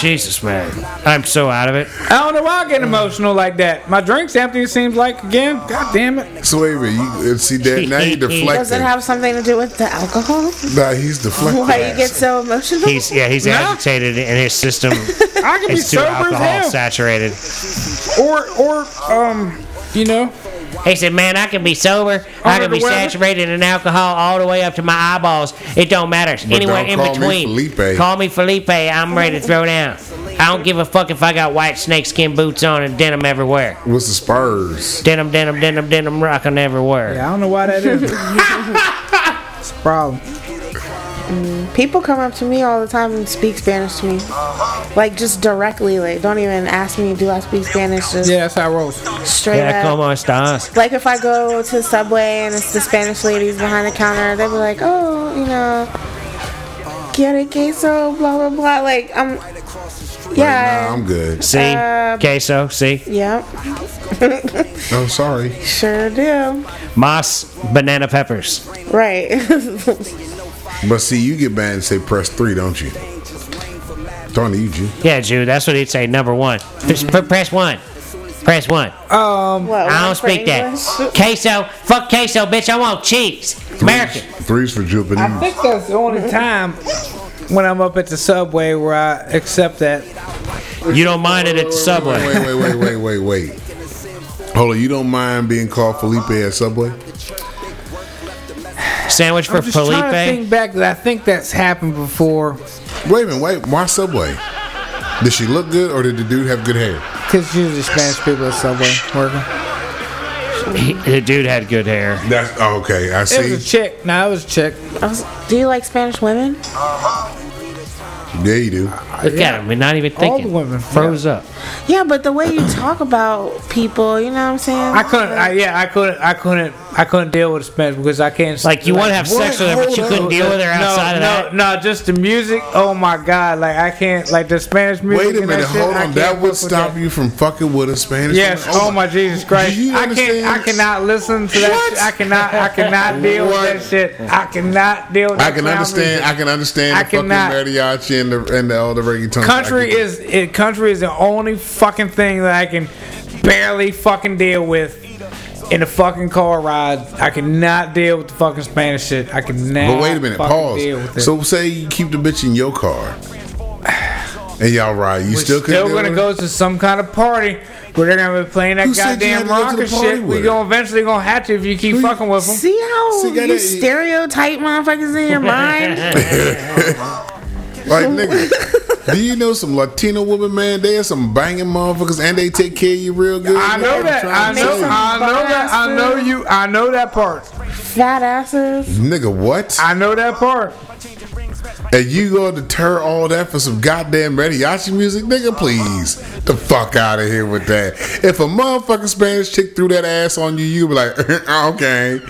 S1: Jesus man, I'm so out of it.
S3: I don't know why I get emotional like that. My drink's empty. It seems like again. God damn it.
S4: So wait a minute. You, and see that now you
S2: does it
S4: deflecting.
S2: have something to do with the alcohol?
S4: Nah, he's deflecting.
S2: Why you get so emotional?
S1: He's yeah, he's
S3: Nah.
S1: agitated and his system
S3: I can be
S1: is too
S3: sober
S1: alcohol
S3: as hell.
S1: saturated.
S3: Or or um, you know,
S1: He said, "Man, I can be sober. I
S3: Under
S1: can
S3: the
S1: be
S3: weather?
S1: saturated in alcohol all the way up to my eyeballs. It don't matter. It's anywhere
S4: don't
S1: in
S4: call me
S1: between.
S4: Felipe.
S1: Call me Felipe. I'm ready to throw down. I don't give a fuck if I got white snakeskin boots on and denim everywhere.
S4: What's the Spurs?
S1: Denim, denim, denim, denim, rocking everywhere.
S3: yeah, I don't know why that is. it's a problem.
S2: People come up to me all the time and speak Spanish to me, like just directly. Like, don't even ask me, do I speak Spanish? Just
S3: Yeah, that's how it rolls.
S2: straight
S1: Yeah,
S2: up.
S1: como estas?
S2: Like if I go to Subway and it's the Spanish ladies behind the counter, they'll be like, oh, you know, quiere queso, blah blah blah. Like I'm,
S4: Nah,
S2: yeah,
S4: I'm good.
S1: See,
S2: Uh,
S1: queso. See,
S2: yep,
S4: I'm sorry.
S2: sure do.
S1: mas banana peppers.
S2: Right.
S4: But see, you get mad and say press three, don't you? Darn you, Jew.
S1: Yeah, Jude, that's what he'd say. Number one. Just pr- press one. Press one.
S2: What,
S1: I don't
S2: for
S1: speak
S2: English?
S1: that. Queso. Fuck queso, bitch. I want cheese.
S3: American.
S4: Threes for Jupiter.
S3: I think that's the only time when I'm up at the subway where I accept that.
S1: You don't mind it at the subway.
S4: Wait, wait, wait, wait, wait, wait. Hold on, you don't mind being called Felipe at Subway?
S1: Sandwich for
S3: I'm just trying to think
S1: Felipe.
S3: back that I think that's happened before
S4: Wait a minute, wait, why Subway? Did she look good or did the dude have good hair?
S3: because usually Spanish people at Subway working.
S1: He- the dude had good hair.
S4: That's oh, okay,
S3: It
S4: I
S3: was a
S4: see.
S3: chick. No, it was a chick.
S2: I was- do you like Spanish women?
S4: Yeah, you do.
S1: Look at him. We're not even
S3: All
S1: thinking.
S3: the women,
S1: froze up.
S2: Yeah, but the way you talk about people, you know what I'm saying?
S3: I couldn't. I, yeah, I couldn't. I couldn't. I couldn't deal with Spanish because I can't.
S1: Like you want to have sex with her, but you couldn't deal with her outside
S3: no,
S1: of
S3: no,
S1: that.
S3: no, just the music. Oh my god! Like I can't. Like the Spanish music.
S4: Wait a
S3: and
S4: minute,
S3: that shit,
S4: hold
S3: I
S4: on.
S3: can't
S4: That would
S3: fuck with
S4: stop
S3: that.
S4: you from fucking with a Spanish
S3: Yes.
S4: woman?
S3: Oh my Jesus Christ!
S4: Do you
S3: I can't. I
S4: understand?
S3: cannot listen to that.
S4: What?
S3: Shit. I cannot. I cannot deal
S4: What?
S3: with that shit. I cannot deal with.
S4: I
S3: that
S4: can
S3: clown
S4: understand.
S3: music.
S4: I can understand
S3: I
S4: the fucking
S3: cannot.
S4: mariachi and the and the, all the reggaeton.
S3: Country
S4: I can-
S3: is it, country is the only fucking thing that I can barely fucking deal with in a fucking car ride. I cannot deal with the fucking Spanish shit. I cannot.
S4: But wait a minute,
S3: fucking Deal with it.
S4: pause. So say you keep the bitch in your car, and y'all ride. You
S3: we're
S4: still
S3: still,
S4: couldn't deal
S3: gonna
S4: with
S3: go
S4: it?
S3: to some kind of party where they're gonna be playing that
S4: Who said you
S3: goddamn
S4: had to go to
S3: rock
S4: the
S3: and
S4: party
S3: shit.
S4: with
S3: We
S4: it?
S3: gonna eventually gonna have to if you keep fucking with them.
S2: See how
S4: See, gotta-
S2: you stereotype motherfuckers in your mind?
S4: Like nigga, do you know some Latino women, man? They are some banging motherfuckers, and they take care of you real good.
S3: I know
S4: I'm
S3: that. I
S4: trying to
S3: know.
S4: tell you.
S3: I know that. I know you. I know that part.
S2: Fat asses.
S4: Nigga, what?
S3: I know that part.
S4: And you gonna deter all that for some goddamn mariachi music? Nigga, please. The fuck out of here with that. If a motherfucking Spanish chick threw that ass on you, you'd be like, okay.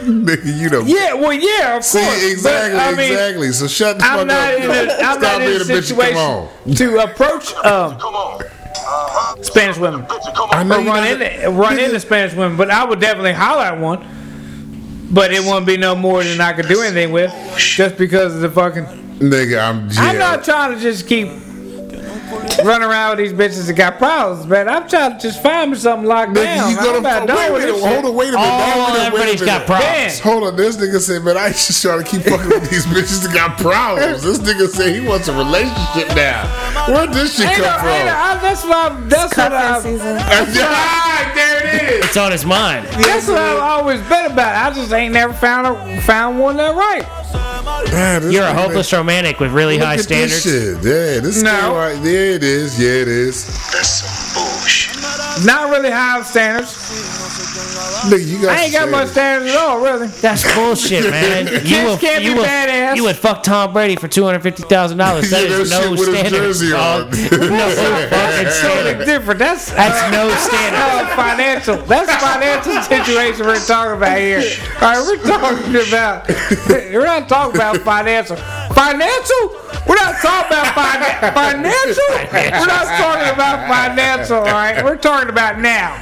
S4: Nigga, you know.
S3: Yeah. Well, yeah. Of
S4: See,
S3: course. But,
S4: exactly,
S3: I mean,
S4: exactly. So shut the
S3: I'm
S4: fuck
S3: not
S4: up.
S3: in a, I'm
S4: Stop
S3: not in
S4: being
S3: a
S4: bitch and
S3: situation to approach um, Spanish women
S4: I know
S3: or
S4: you
S3: run
S4: not-
S3: into run into Spanish women, but I would definitely holler at one. But it won't be no more than I could do anything with, just because of the fucking.
S4: Nigga, I'm. Yeah.
S3: I'm not trying to just keep running around with these bitches that got problems, man. I'm trying to just find me something locked down.
S4: Nigga, you
S3: I'm
S4: gonna
S3: about
S4: fuck-
S3: done with
S4: wait a
S3: this
S4: minute,
S3: shit.
S4: hold on, wait a minute.
S1: All
S4: wait a minute, wait a
S1: everybody's got
S4: minute.
S1: problems.
S4: Hold on, this nigga said, man, I ain't just trying to keep fucking with these bitches that got problems. This nigga said he wants a relationship now. Where'd this shit
S3: Ain't no-
S4: come
S3: ain't no-
S4: from?
S3: I- That's what I'm. That's what
S2: Cuffing
S3: I'm.
S2: season.
S4: Ah, there it is.
S1: It's on his mind.
S3: That's what I've always been about. I just ain't never found a, found one that right.
S4: Man, this
S1: You're a
S4: nigga-
S1: hopeless romantic with really
S4: Look
S1: high
S4: at this
S1: standards.
S4: shit. Yeah, this
S3: No.
S4: thing right there it is. Yeah, it is.
S3: Not really high standards.
S4: Look, you got
S3: I ain't got
S4: shit.
S3: much standards at all, really.
S1: That's bullshit, man. You
S3: Kids
S1: would,
S3: can't
S1: you,
S3: be
S1: would,
S3: badass.
S1: you would fuck Tom Brady for two hundred fifty thousand dollars. That
S4: Yeah,
S1: is
S4: that
S1: no
S4: shit with his
S1: standards.
S4: jersey
S1: dog.
S4: on.
S1: No fucking
S3: That's totally
S1: standards.
S3: different. That's
S1: That's no
S3: uh,
S1: standards.
S3: financial. That's financial situation we're talking about here. All right, we're talking about. We're not talking about financial. Financial? We're not talking about fina- financial. We're not talking about financial. All right, we're talking about now.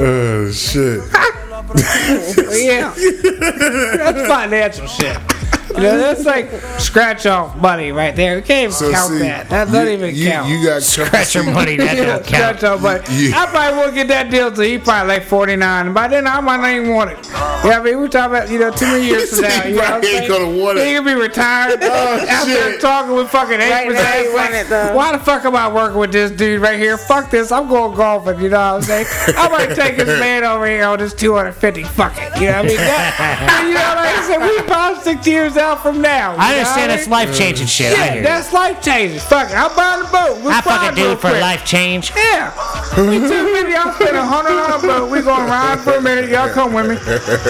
S4: Oh shit.
S3: Yeah. that's financial shit. You know, that's like scratch off money right there. We can't even
S4: So
S3: count
S4: see,
S3: that. That doesn't
S4: you,
S3: even
S4: you,
S3: count.
S4: You got
S1: Scratch your money. That
S3: yeah,
S1: don't count.
S3: scratch off money.
S4: Yeah.
S3: I probably won't get that deal till he probably like 49. And by then, I might not even want it. Yeah, I mean, we're talking about, you know, two more years from
S4: He
S3: now. You know what I'm
S4: probably ain't
S3: saying?
S4: gonna want it.
S3: He gonna be retired
S4: Oh,
S3: out there
S4: shit.
S3: talking with fucking eight
S2: Right now, he want it, though.
S3: Why the fuck am I working with this dude right here? Fuck this. I'm going golfing, you know what I'm saying? I might take this man over here on this 250 fucking. You know what I mean? That, you know what I said? We five, six years out from now.
S1: I
S3: you know what
S1: understand
S3: mean?
S1: it's life changing shit. I
S3: Yeah,
S1: hear you.
S3: that's life changing. Fuck it. I'm buying a boat. We'll
S1: I
S3: fly
S1: fucking do
S3: real
S1: it for
S3: quick.
S1: life change.
S3: Yeah. We two fifty, I'll spend a hundred on a boat. We gonna ride for a minute. Y'all come with me,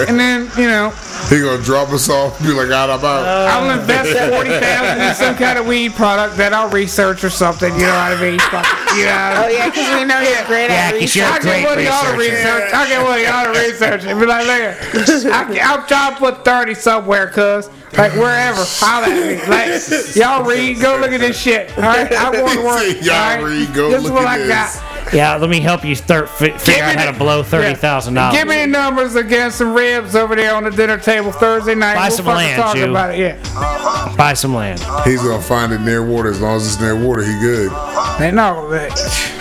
S3: and then you know
S4: He gonna drop us off. Be like, out, I'm out.
S3: I'll invest forty thousand in some kind of weed product that I'll research or something. You know what I mean? Fuck, you know. What I
S2: Oh
S3: mean?
S2: yeah, because we know you're great
S1: Yeah,
S2: at
S1: 'cause
S2: research.
S1: you're a
S3: I get
S1: great
S3: one of y'all to
S1: researcher.
S3: research. I get one of y'all to research and be like, look, I, I'm trying to put 30 somewhere, cuz. Like, wherever. Holla at me. Like, y'all read, go look at this shit. All right? I want to work.
S4: Y'all
S3: all right?
S4: read, go
S3: this is
S4: look
S3: what
S4: at
S3: I
S4: this.
S3: got.
S1: Yeah, let me help you thir- fi- figure
S3: me
S1: out how
S3: the-
S1: to blow thirty thousand
S3: Give me
S1: dollars.
S3: the numbers against some ribs over there on the dinner table Thursday night.
S1: Buy
S3: we'll
S1: some
S3: fucking
S1: land,
S3: talk
S1: Jew.
S3: about it. Yeah.
S1: Buy some land.
S4: He's gonna find it near water. As long as it's near water, he good.
S3: Hey, no, but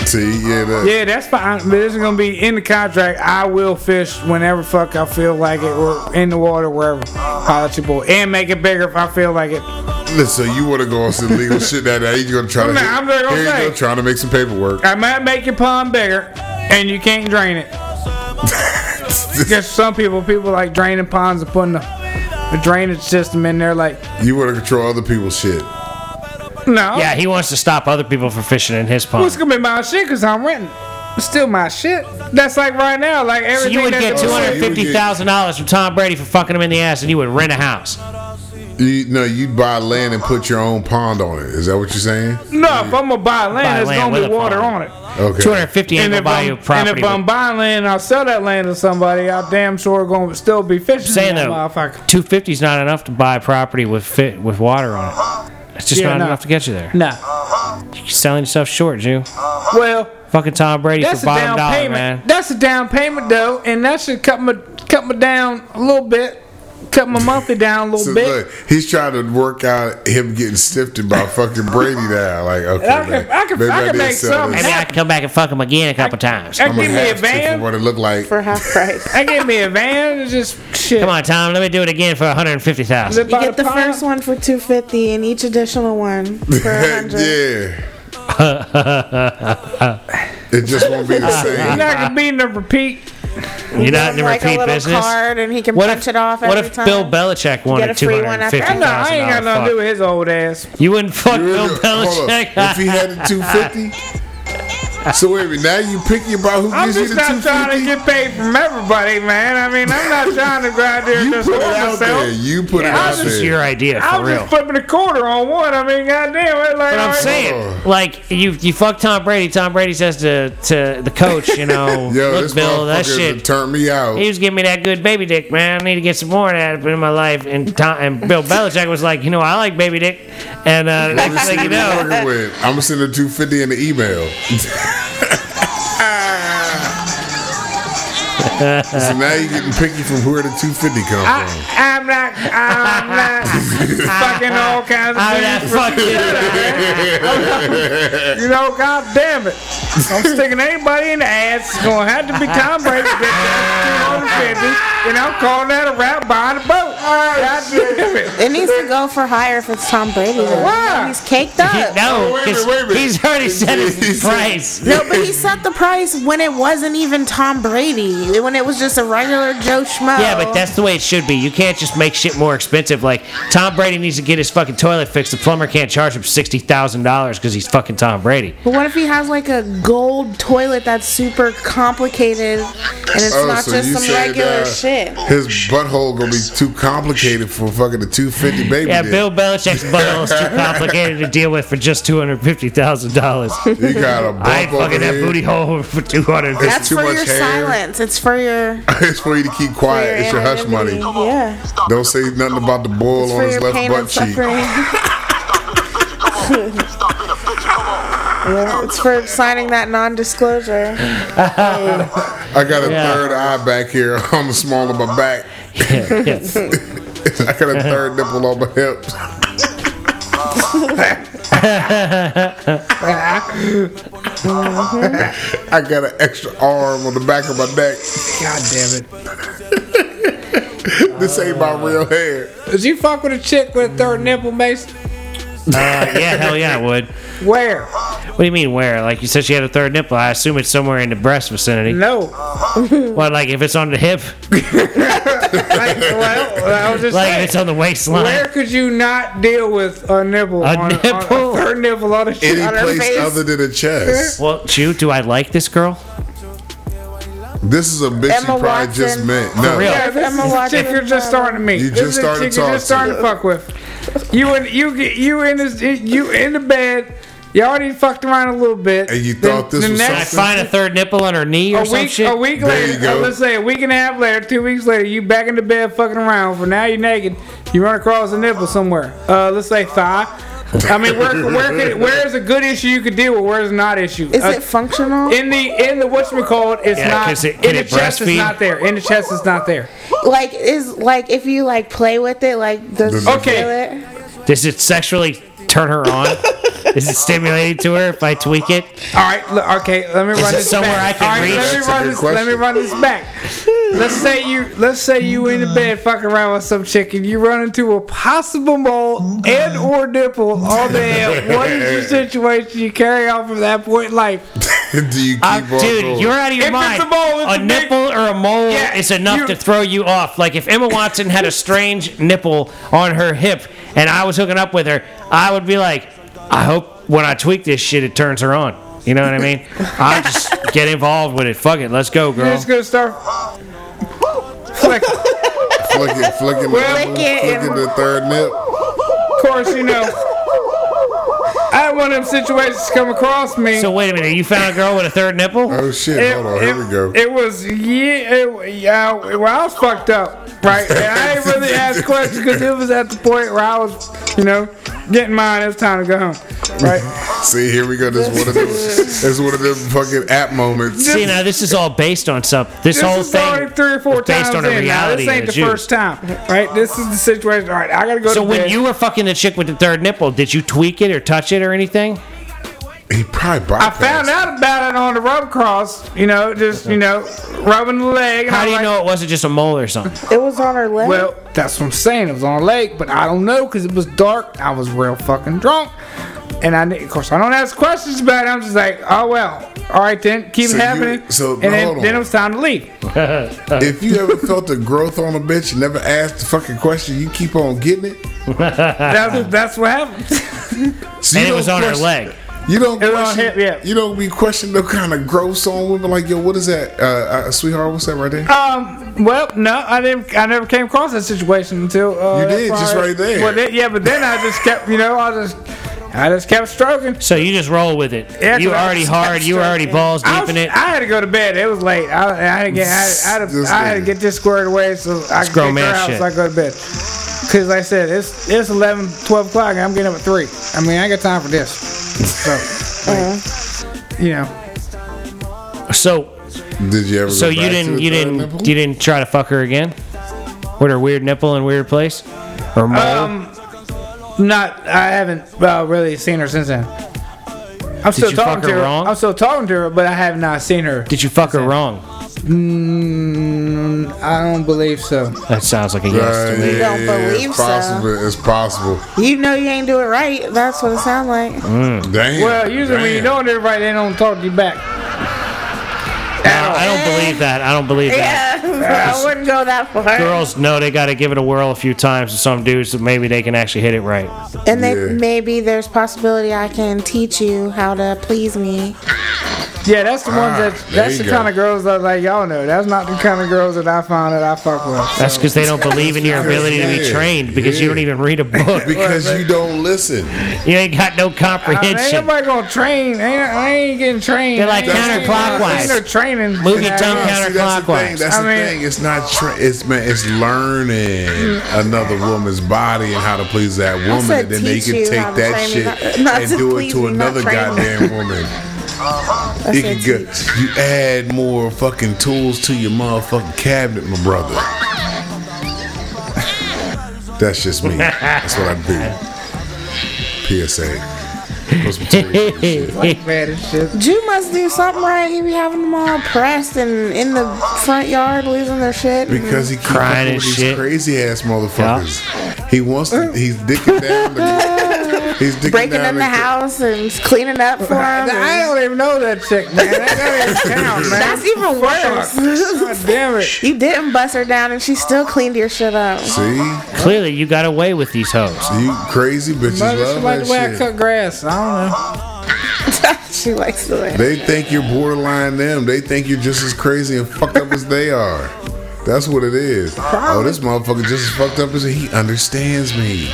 S4: See, yeah, that,
S3: Yeah, that's fine. But this is gonna be in the contract. I will fish whenever fuck I feel like it, or in the water wherever. Holla at your boy, and make it bigger if I feel like it.
S4: Listen, you want to go on some legal shit that day? You gonna try
S3: I'm
S4: to?
S3: not- I'm not gonna
S4: here you
S3: say.
S4: go, trying to make some paperwork.
S3: I might make your pond bigger, and you can't drain it. Because some people, people like draining ponds and putting a, a drainage system in there. Like,
S4: You want to control other people's shit?
S3: no,
S1: Yeah, he wants to stop other people from fishing in his pond.
S3: it's gonna be my shit because I'm renting. It's still my shit. That's like right now, like
S1: So
S3: everything.
S1: you would get
S3: that's
S4: a-
S1: two
S4: $200
S1: hundred fifty thousand dollars from Tom Brady for fucking him in the ass, and you would rent a house.
S4: You, no, you'd buy land and put your own pond on it. Is that what you're saying?
S3: No, if I'm gonna buy land,
S1: Buy
S3: it's
S1: land
S3: gonna
S1: with
S3: be
S1: a
S3: water
S1: pond.
S3: on it.
S4: Okay.
S1: Two hundred fifty ain't gonna
S3: And if,
S1: buy
S3: I'm,
S1: you
S3: and
S1: property.
S3: if I'm
S1: but
S3: buying land and I'll sell that land to somebody, I damn sure gonna still be fishing.
S1: Saying
S3: that
S1: though,
S3: motherfucker.
S1: two fifty is not enough to buy property with fit with water on it. It's just
S3: Yeah,
S1: not
S3: no.
S1: enough to get you there.
S3: Nah.
S1: You're selling yourself short, Jew.
S3: Well,
S1: Fucking Tom Brady
S3: that's
S1: for
S3: a
S1: bottom
S3: down
S1: dollar,
S3: payment.
S1: man.
S3: That's a down payment though, and that should cut my cut me down a little bit, cut my monthly down a little
S4: So,
S3: bit.
S4: look, he's trying to work out him getting sifted by fucking Brady now. Like, okay,
S3: I can-
S4: man,
S3: I can-
S4: maybe
S3: I can
S4: did
S3: make
S4: sell
S3: something
S4: this.
S1: Maybe I can come back and fuck him again a couple times.
S3: That
S4: I'm gonna
S3: give me a
S4: have to for
S3: van.
S4: what it looked like.
S2: for half price.
S3: That give me a van. It's just shit.
S1: Come on, Tom. Let me do it again for one hundred fifty
S3: Is it
S1: thousand.
S2: You
S3: by
S2: get the
S3: pond?
S2: first one for two fifty, and each additional one for a hundred.
S4: yeah. it just won't be the
S3: You're
S4: same.
S3: not gonna be in the repeat.
S1: You're not in the
S2: like a
S1: repeat
S2: little
S1: business.
S2: card, and he can
S1: What
S2: punch
S1: if,
S2: it off
S1: what
S2: every
S1: if
S2: time.
S1: Bill Belichick wanted
S2: a
S1: two
S2: free one
S1: hundred
S2: after-
S1: fifty thousand
S3: I know I ain't got nothing to
S1: dollars?
S3: do with his old ass.
S1: You wouldn't fuck Bill
S4: Hold
S1: Belichick.
S4: on. If he had the 250. So wait a minute, now you picking about who
S3: I'm
S4: gives
S3: just
S4: you the
S3: not trying to
S4: 250?
S3: get paid from everybody, man. I mean, I'm not trying to go out there and
S4: You
S3: just
S4: put it
S3: hold
S4: out there.
S3: myself.
S4: You put it
S1: Yeah,
S4: out
S1: this is
S4: there.
S1: your idea
S3: I
S1: for
S3: was
S1: real.
S3: just flipping a quarter on one. I mean, goddamn it! Like,
S1: But
S3: all
S1: I'm
S3: right.
S1: saying, like you, you fuck Tom Brady. Tom Brady says to to the coach, you know,
S4: Yo,
S1: look,
S4: this
S1: Bill, that
S4: motherfucker
S1: shit.
S4: turned me out.
S1: he was giving me that good baby dick, man. I need to get some more of that in my life. And Tom, and Bill Belichick was like, you know, I like baby dick. And uh, next thing you know,
S4: I'm gonna send a 250 in the email. so now you're getting picky from where the 250 come from.
S3: I, I'm not. I'm not fucking all kinds of
S1: I'm not
S3: things.
S1: fucking.
S3: You know, goddamn it! I'm sticking anybody in the ass. It's gonna have to be Tom Brady. to get that 250, and I'm calling that a wrap behind the boat. Goddamn it!
S2: It needs to go for higher if it's Tom Brady. though.
S3: Why?
S2: He's caked up.
S1: No,
S4: wait a
S1: 'cause
S4: minute, wait a minute.
S1: he's already set his price.
S2: No, but he set the price when it wasn't even Tom Brady. When it was just a regular Joe Schmo.
S1: Yeah, but that's the way it should be. You can't just make shit more expensive. Like Tom Brady needs to get his fucking toilet fixed. The plumber can't charge him sixty thousand dollars because he's fucking Tom Brady.
S2: But what if he has like a gold toilet that's super complicated and it's not just some
S4: Oh, said,
S2: regular
S4: uh,
S2: shit?
S4: His butthole gonna be too complicated for fucking the 250 baby.
S1: Yeah,
S4: dick.
S1: Bill Belichick's butthole is too complicated to deal with for just two hundred fifty thousand dollars.
S4: You got a bump
S1: I ain't
S4: on
S1: fucking that booty hole for two hundred.
S4: It's
S2: That's
S4: too
S2: for
S4: much
S2: your
S4: hair.
S2: silence. It's for your. for
S4: it's for you to keep
S2: your
S4: quiet. It's your hush
S2: anonymity.
S4: money.
S2: Yeah.
S4: Don't say nothing about the boil
S2: It's
S4: on
S2: for
S4: his
S2: your
S4: left
S2: pain
S4: butt
S2: and
S4: cheek.
S2: suffering. Yeah, it's for signing that non-disclosure.
S4: I got a
S1: Yeah.
S4: third eye back here on the small of my back.
S1: Yeah.
S4: I got a third nipple on my hips. I got an extra arm on the back of my neck.
S3: Goddamn
S4: This ain't my real hair.
S3: it! Did you fuck with a chick with a third nipple, Mason?
S1: Uh, yeah, hell yeah, I would.
S3: Where?
S1: What do you mean where? Like you said, she had a third nipple. I assume it's somewhere in the breast vicinity.
S3: No.
S1: Well, like if it's on the hip,
S3: Like, well, I was just
S1: like if
S3: saying.
S1: it's on the waistline.
S3: Where could you not deal with a nipple?
S1: A
S3: on,
S1: nipple?
S3: On a third nipple on a shit
S4: Any
S3: on her
S4: place
S3: face?
S4: other than a chest.
S1: Well, Jew, do I like this girl?
S4: This is a bitch
S2: Emma
S4: you probably
S2: Watson.
S4: just met. No,
S1: real.
S3: Yeah, this
S2: Emma
S3: is a
S2: Watson.
S3: chick you're just starting to meet.
S4: You
S3: This
S4: just
S3: is a
S4: started
S3: chick you're just
S4: talking
S3: starting
S4: to.
S3: to fuck with. You in you get you in this you in the bed. You already fucked around a little bit.
S4: And you
S3: The-
S4: thought this
S3: the
S4: was
S1: Did I
S3: next,
S1: find a third nipple on her knee or
S3: a
S1: some
S3: week
S1: shit?
S3: a week
S4: There you
S3: later.
S4: go.
S3: uh, let's say a week and a half later, two weeks later, you back in the bed fucking around. For now, you're naked. You run across a nipple somewhere. Uh, let's say thigh. I mean, where where could, where is a good issue you could deal with? Where is not issue?
S2: Is
S3: Uh,
S2: it functional?
S3: in the in the whatchamacallit, it's
S1: Yeah,
S3: not
S1: 'cause it- can
S3: in the
S1: it
S3: chest. It's
S1: breastfeed?
S3: not there. In the chest, it's not there.
S2: like is like if you like play with it, like does
S4: Okay.
S2: okay.
S1: Does it sexually turn her on? Is it stimulating to her if I tweak it?
S3: All right, look, okay. Let me
S1: Is
S3: run
S1: it
S3: this
S1: somewhere
S3: back.
S1: I can
S3: All right,
S1: reach?
S3: let me
S1: That's
S4: a
S3: run
S4: good
S3: this. Let me
S4: question.
S3: run this back. let's say you. Let's say you in the bed fucking around with some chick, and you run into a possible mole and or nipple all day. what is your situation you carry on from that point in life?
S4: Do you keep
S1: Uh,
S4: on
S1: dude,
S4: going?
S1: you're out of your
S3: If it's
S1: mind.
S3: a mole, it's
S1: a
S3: a big-
S1: nipple or a mole
S3: Yeah,
S1: is enough
S3: you-
S1: to throw you off. Like if Emma Watson had a strange nipple on her hip and I was hooking up with her, I would be like, I hope when I tweak this shit, it turns her on. You know what I mean? I just get involved with it. Fuck it, let's go,
S3: You're
S1: girl.
S3: just gonna start. Flick. Of
S4: flicking, flicking, the,
S3: Flick
S4: apple,
S2: it.
S4: flicking the third nip.
S3: course, you know. I had one of them situations come across me.
S1: So wait a minute, you found a girl with a third nipple?
S4: Oh shit!
S3: It-
S4: Hold on, here
S3: it-
S4: we go.
S3: It was yeah, it, yeah. Well, I was fucked up, right? And I ain't really asked questions because it was at the point where I was, you know, getting mine. It was time to go home, right?
S4: See, here we go. This is one of them. this is one of them fucking app moments.
S1: See now, this is all based on something. This,
S3: This
S1: whole
S3: is already
S1: thing
S3: three or four
S1: is based on
S3: times
S1: a
S3: in now.
S1: reality.
S3: This ain't the
S1: that you-
S3: first time, right? This is the situation. All right, I gotta go
S1: So
S3: to
S1: when
S3: bed.
S1: you were fucking the chick with the third nipple, did you tweak it or touch it or anything?
S4: He probably bypassed.
S3: I found out about it on the rub cross, you know, just you know, rubbing the leg. and
S1: How
S3: I'm
S1: do you
S3: like,
S1: know it wasn't just a mole or something?
S2: It was on her leg.
S3: Well, that's what I'm saying. It was on a lake, but I don't know because it was dark. I was real fucking drunk. And I, didn't- of course, I don't ask questions about it. I'm just like, oh well, all right then, keep
S4: So
S3: it
S4: you-
S3: happening.
S4: so,
S3: and then,
S4: hold on.
S3: then it was time to leave.
S4: If you ever felt a growth on a bitch, and never asked the fucking question, you keep on getting it.
S3: That's, that's what happened.
S4: So you
S1: And it
S4: don't
S1: was on her
S4: question-
S1: leg.
S4: You don't
S3: It was on
S4: question.
S3: hip, yeah.
S4: You don't be questioning no kind of growth on women. Like, yo, what is that, uh, uh, sweetheart? What's that right there?
S3: um, well, no, I didn't. I never came across that situation until uh,
S4: You
S3: that
S4: did,
S3: far-
S4: just right there.
S3: Well, then, yeah, but then I just kept, you know, I just, I just kept stroking.
S1: So you just roll with it.
S3: Yeah, 'cause
S1: you were
S3: I-
S1: already hard. You were already balls
S3: I,
S1: deep
S3: was-
S1: in it.
S3: I had to go to bed. It was late. I, I had to get. I, had- I, had, to,
S4: This
S3: I had to
S4: nigga.
S3: get this squared away so I could
S1: grown
S3: get
S1: man
S3: her out
S1: shit.
S3: so I could go to bed. Cause like I said, it's it's 11, 12 o'clock and I'm getting up at three. I mean, I ain't got time for this. So, like, you know,
S1: So
S4: Did you ever?
S1: so
S4: go
S1: you
S4: back to
S1: didn't
S4: the
S1: you
S4: third
S1: didn't
S4: nipple?
S1: you didn't try to fuck her again with her weird nipple and weird place or mole.
S3: Um, not. I haven't uh, really seen her since then. I'm still
S1: you fuck
S3: talking to
S1: her
S3: her.
S1: wrong?
S3: I'm still talking to her, but I have not seen her.
S1: Did you fuck her wrong?
S3: Mm, I don't believe so.
S1: That sounds like a
S4: Uh,
S1: yes to me.
S4: yeah,
S2: Don't believe
S4: it's
S2: so.
S4: possible. It's possible.
S2: you know you ain't do it right. That's what it sound like.
S4: Damn.
S3: Well, usually when you
S4: damn.
S3: know everybody, they don't talk to you back.
S1: I I don't believe that. I don't believe that.
S2: Yeah, I wouldn't go that far.
S1: Girls know they got to give it a whirl a few times to some dudes, so maybe they can actually hit it right.
S2: and they,
S4: Yeah.
S2: maybe there's possibility I can teach you how to please me.
S3: Yeah, that's the ones
S4: Ah,
S3: that
S4: there
S3: that's
S4: you
S3: the
S4: go.
S3: kind of girls that like y'all know. That's not the kind of girls that I found that I fuck with.
S1: That's because they don't believe in your ability to be
S4: Yeah,
S1: trained because you
S4: yeah.
S1: don't even read a book.
S4: because you don't listen.
S1: You ain't got no
S3: I mean, ain't
S1: comprehension.
S3: nobody gonna train. Ain't, I ain't getting trained.
S1: They're like
S3: Ain't-
S1: counterclockwise.
S3: Ain't no training.
S1: Move your
S3: Yeah,
S1: tongue
S3: I
S4: Nah,
S3: know.
S4: see, that's the thing.
S1: counterclockwise.
S4: That's
S3: I
S4: the
S3: mean-
S4: thing. It's not. Tra- it's man. It's learning another woman's body and how to please that woman,
S2: Mm. said
S4: and then they
S2: teach
S4: can
S2: you how
S4: take
S2: to
S4: that
S2: train me
S4: shit
S2: not- not
S4: and
S2: to
S4: do
S2: please
S4: it to
S2: me, Uh-huh. not
S4: another
S2: train me.
S4: goddamn woman. It
S2: said
S4: can get, you add more fucking tools to your motherfucking cabinet, my brother. That's just me. That's what I do. PSA. Put some tools in your shit.
S3: Bad as shit.
S2: Jew must do something right. He be having them all pressed and in the front yard losing their shit.
S4: Because he keeps
S1: Crying
S4: fucking
S1: and
S4: with these
S1: shit.
S4: crazy ass motherfuckers. He wants to. He's dicking down. The, he's dicking
S2: breaking
S4: down
S2: in the house and cleaning up for him.
S3: I
S2: and-
S3: don't even know that chick, man. That don't even count, man.
S2: That's even
S3: God
S2: worse.
S3: damn it.
S2: you didn't bust her down and she still cleaned your shit up.
S4: See,
S1: Clearly, you got away with these hoes.
S4: you crazy bitches
S3: Mother, she
S4: love
S3: like
S4: that
S3: the way I
S4: shit.
S3: cut grass. I don't know.
S2: she likes the way.
S4: They think you're borderline them. They think you're just as crazy and fucked up as they are. That's what it is. Oh, this motherfucker just as fucked up as he understands me.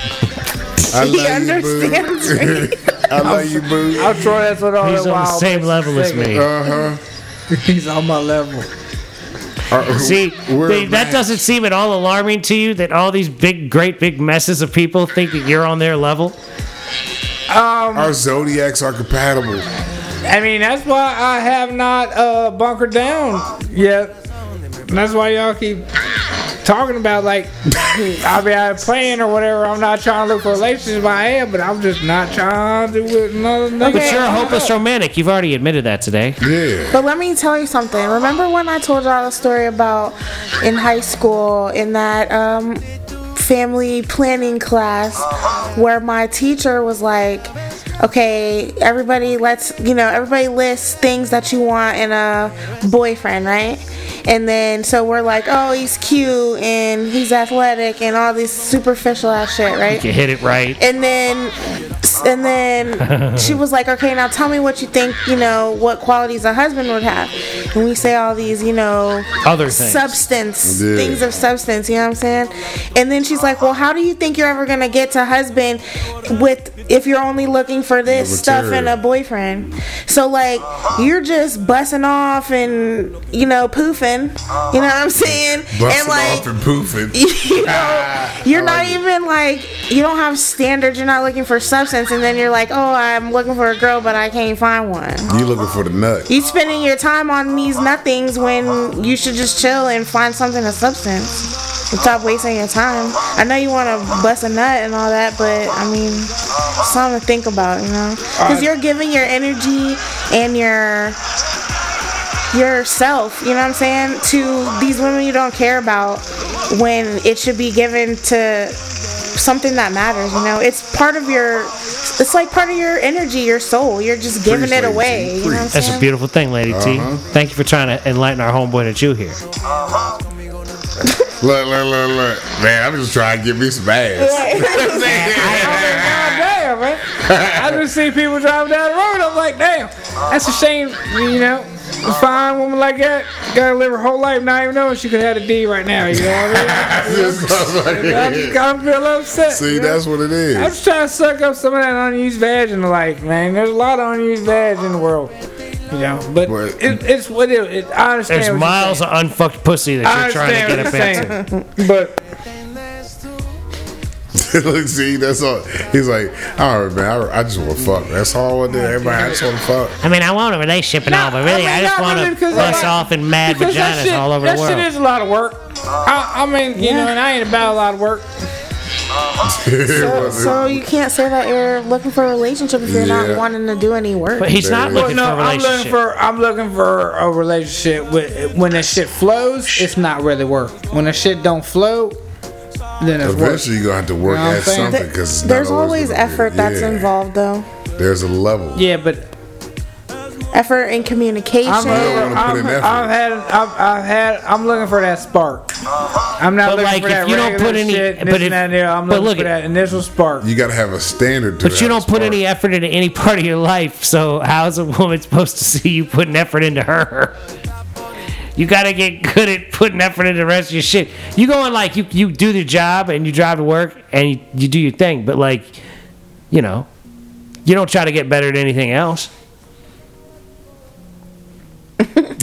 S4: I
S2: He
S4: love you, boo.
S2: understands me.
S4: I love you, boo.
S3: I'm sure that's what all
S1: He's
S3: that
S1: on the
S3: wild
S1: same
S3: bitches
S1: level as
S3: thinking.
S1: me.
S4: Uh
S3: He's on my level.
S4: huh.
S1: See, they- that doesn't seem at all alarming to you that all these big, great, big messes of people think that you're on their level.
S4: Our zodiacs are compatible.
S3: I mean, that's why I have not uh, bunkered down yet. And that's why y'all keep talking about like I mean I'm playing or whatever. I'm not trying to look for relationships. I am, but I'm just not trying to with another.
S1: But
S3: nigga.
S1: you're a hopeless romantic. You've already admitted that today.
S4: Yeah.
S2: But let me tell you something. Remember when I told y'all the story about in high school in that um, family planning class where my teacher was like, okay, everybody, let's, you know, everybody lists things that you want in a boyfriend, right? And then so we're like, oh, he's cute and he's athletic and all this superficial ass shit, right?
S1: You hit it right.
S2: and then and then she was like okay now tell me what you think you know what qualities a husband would have and we say all these you know
S1: Other things.
S2: substance
S4: Yeah.
S2: things of substance you know what i'm saying and then she's like well how do you think you're ever gonna get to husband with if you're only looking for this
S4: The
S2: stuff and a
S4: material.
S2: boyfriend so like you're just busting off and you know poofing you know what i'm saying
S4: Busting
S2: and like
S4: off and poofing.
S2: you know, you're not even like you don't have standards. You're not looking for substance, and then you're like, oh, I'm looking for a girl, but I can't find one.
S4: You looking for the nut.
S2: You spending your time on these nothings when you should just chill and find something of substance. And stop wasting your time. I know you want to bust a nut and all that, but I mean, it's something to think about, you know? Because you're giving your energy and your yourself, you know what I'm saying, to these women you don't care about when it should be given to something that matters, you know? It's part of your it's like part of your energy, your soul. You're just giving
S4: Preach,
S2: it
S4: lady T,
S2: away, you know what I'm
S4: preach.
S1: That's a
S2: saying?
S1: beautiful thing, Lady
S4: Uh-huh.
S1: T. Thank you for trying to enlighten our homeboy that you here.
S4: Look, look, look, look. Man, I'm just trying to get me some ass.
S3: God damn, man. I just see people driving down the road. I'm like, damn, that's a shame. You know, a fine woman like that gotta live her whole life not even knowing she could have a D right now. You know what I mean? I'm just, I'm real upset.
S4: See,
S3: you know?
S4: that's what it
S3: I'm
S4: is.
S3: just trying to suck up some of that unused vagina, like man. There's a lot of unused vag in the world, you know. But
S4: Well,
S3: it, it's what it, it. I understand.
S1: There's
S3: what you're
S1: miles
S3: saying.
S1: of unfucked pussy
S3: I
S1: that you're trying to get up
S3: understand
S1: into.
S3: what you're saying. But
S4: Look, see, that's all. He's like, all right, man. I, I just want to fuck. That's all I do. Everybody, I just want to fuck.
S1: I mean, I want a relationship and all, but really,
S3: mean,
S1: I, just
S3: not
S1: want
S3: really,
S1: to
S3: 'cause
S1: bust
S3: like-
S1: off in mad
S3: because that
S1: vaginas
S3: shit-
S1: all over
S3: that
S1: the world.
S3: shit is a lot of work. I, I mean, you know, and I ain't about a lot of work.
S2: So, so you can't say that you're looking for a relationship if you're
S4: Yeah.
S2: not wanting to do any work.
S1: but he's not
S4: Well,
S1: looking
S3: no,
S1: for a
S3: I'm
S1: relationship.
S3: looking for I'm looking for a relationship. With, when that shit flows, it's not really work. When that shit don't flow, then it's work.
S4: Eventually, you're gonna have to work
S3: Know what I'm
S4: at
S3: saying?
S4: something
S2: Th-
S4: because
S2: there's always effort that's involved, though.
S4: There's a level.
S3: Yeah, but
S2: Effort and communication.
S3: I'm,
S4: don't wanna put
S3: I'm,
S4: in effort.
S3: I've had I've, I've had I'm looking for that spark.
S4: Uh-huh.
S3: I'm
S1: But,
S3: not looking
S1: like,
S3: for that
S1: if you don't
S3: regular
S1: put any-
S3: shit,
S1: but
S3: this
S1: if-
S3: and that, and the other. I'm
S1: but
S3: looking
S1: look
S3: for
S1: at-
S3: that initial spark.
S4: You gotta have a standard. To
S1: But you don't put any effort into any part of your life, so how's a woman supposed to see you putting effort into her? You gotta get good at putting effort into the rest of your shit. You go and like you, you do the job and you drive to work and you, you do your thing, but like, you know, you don't try to get better at anything else.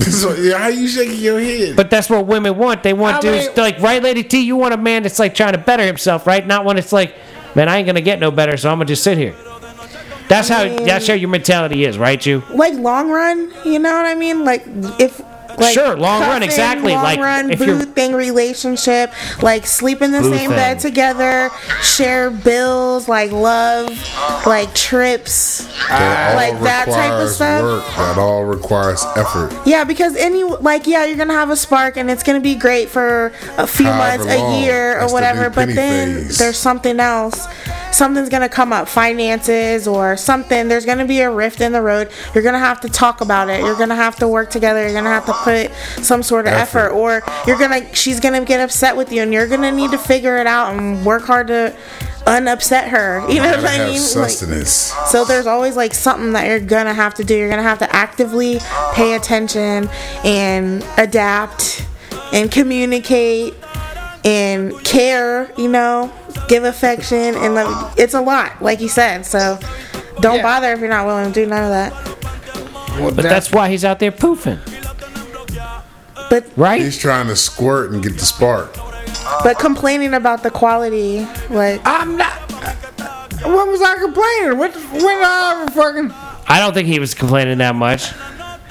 S4: so, yeah, how you shaking your head?
S1: But that's what women want. They want
S3: I
S1: dudes
S3: mean-
S1: like right, Lady T. You want a man that's like trying to better himself, right? Not one that's like, man, I ain't gonna get no better, so I'm gonna just sit here. That's how that's how your mentality is, right? You
S2: like long run, you know what I mean? Like if like
S1: Sure, long run, exactly,
S2: Long
S1: like,
S2: run,
S1: if you're-
S2: boo thing relationship, like sleep in the
S1: Boo
S2: same bed
S1: thing.
S2: together, share bills, like love, like trips.
S4: That all
S2: Ah, like that type of
S4: requires
S2: stuff?
S4: Work. That all requires effort.
S2: Yeah, because any like yeah, you're gonna have a spark and it's gonna be great for a few
S4: However
S2: months, a
S4: long.
S2: year or
S4: That's the
S2: whatever.
S4: new
S2: But
S4: penny
S2: then
S4: phase.
S2: there's something else. Something's gonna come up, finances or something. There's gonna be a rift in the road. You're gonna have to talk about it. You're gonna have to work together. You're gonna have to put some sort of effort,
S4: Effort.
S2: or you're gonna she's gonna get upset with you, and you're gonna need to figure it out and work hard to unupset her. You know
S4: Gotta
S2: what I
S4: have
S2: mean? Like-
S4: sustenance.
S2: so there's always like something that you're gonna have to do. You're gonna have to actively pay attention and adapt and communicate and care, you know, give affection and like, it's a lot, like you said. So don't
S3: Yeah.
S2: bother if you're not willing to do none of that.
S1: But that's why he's out there poofing,
S2: But
S1: right?
S4: He's trying to squirt and get the spark.
S2: but complaining about the quality, like
S3: I'm not. When was I complaining? What? When I ever fucking?
S1: I don't think he was complaining that much.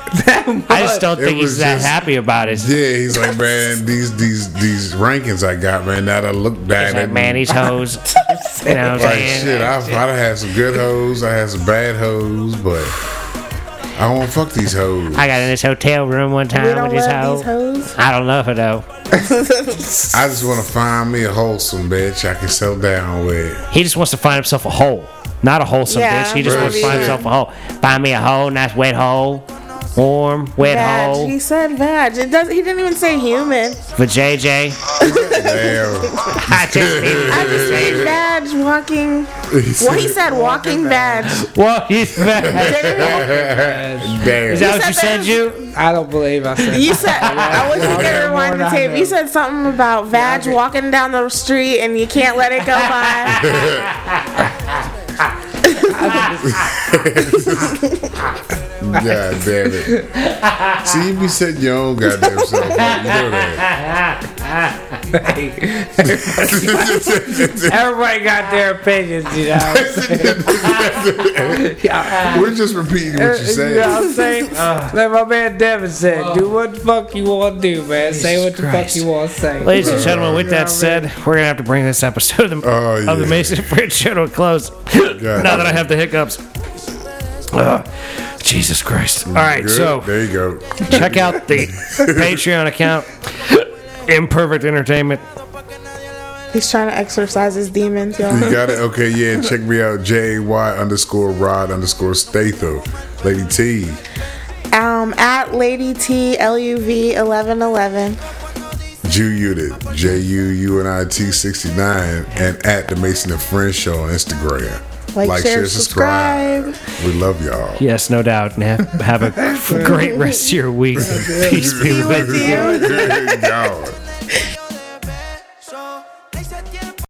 S1: I just don't
S4: It
S1: think he's
S4: was
S1: that
S4: just-
S1: happy about it. He's
S4: Yeah, he's like, man, these these these rankings I got, man. Now that I look back,
S1: like,
S4: that-
S1: man, these hoes. You know what I'm
S4: like
S1: saying?
S4: shit. I've I've had some good hoes, I had some bad hoes, but I won't fuck these hoes.
S1: I got in this hotel room one
S2: We
S1: time
S2: don't
S1: with this
S2: love these
S1: hoe.
S2: hoes.
S1: I don't love her though.
S4: I just want to find me a wholesome bitch I can settle down with.
S1: He just wants to find himself a hole, not a wholesome
S2: Yeah,
S1: bitch. He just
S4: Real
S1: wants to find
S4: shit.
S1: himself a hole. Find me a hole, nice wet hole, warm wet
S2: Vag. He
S1: hole
S2: said vag. It does, he didn't even say human.
S1: for JJ.
S4: Damn.
S1: I just need-
S2: I just said vag walking. Well, he said walking vag.
S1: well, he's back.
S4: Damn.
S1: Is that what
S2: said
S1: you said,
S2: that-
S1: you?
S3: I don't believe I said
S2: You said I wasn't gonna rewind the
S3: More than I
S2: tape. You
S3: know.
S2: said something about vag walking down the street and you can't let it go by.
S4: God damn it. See, you be setting your own goddamn self up. You know that.
S3: Everybody got their opinions, you know. what I'm saying? yeah.
S4: We're just repeating what you
S3: You know what
S4: said.
S3: I'm saying? like my man Devin said, do what the fuck you want to do, man. say what the
S1: Christ.
S3: fuck you want to say.
S1: Ladies and gentlemen, with that
S3: Yeah,
S1: said, we're gonna have to bring this episode of the,
S4: Oh,
S1: of the
S4: yeah.
S1: Mason and French show to a close. now that I have the hiccups. Ugh. Jesus Christ. All right,
S4: Good.
S1: so
S4: there you go.
S1: check out the Patreon account, Imperfect Entertainment.
S2: He's trying to exorcise his demons,
S4: You
S2: y'all.
S4: got it. Okay, yeah. Check me out. J A Y underscore Rod underscore Statho. Lady T.
S2: Um, at Lady T L U V eleven eleven.
S4: Jew Unit. J U U N I T 69. And at the Mason and Friends Show on Instagram.
S2: Like, share,
S4: We love y'all.
S1: Yes, no doubt. And have, have a great rest of your week. Peace be with you.
S4: Good God.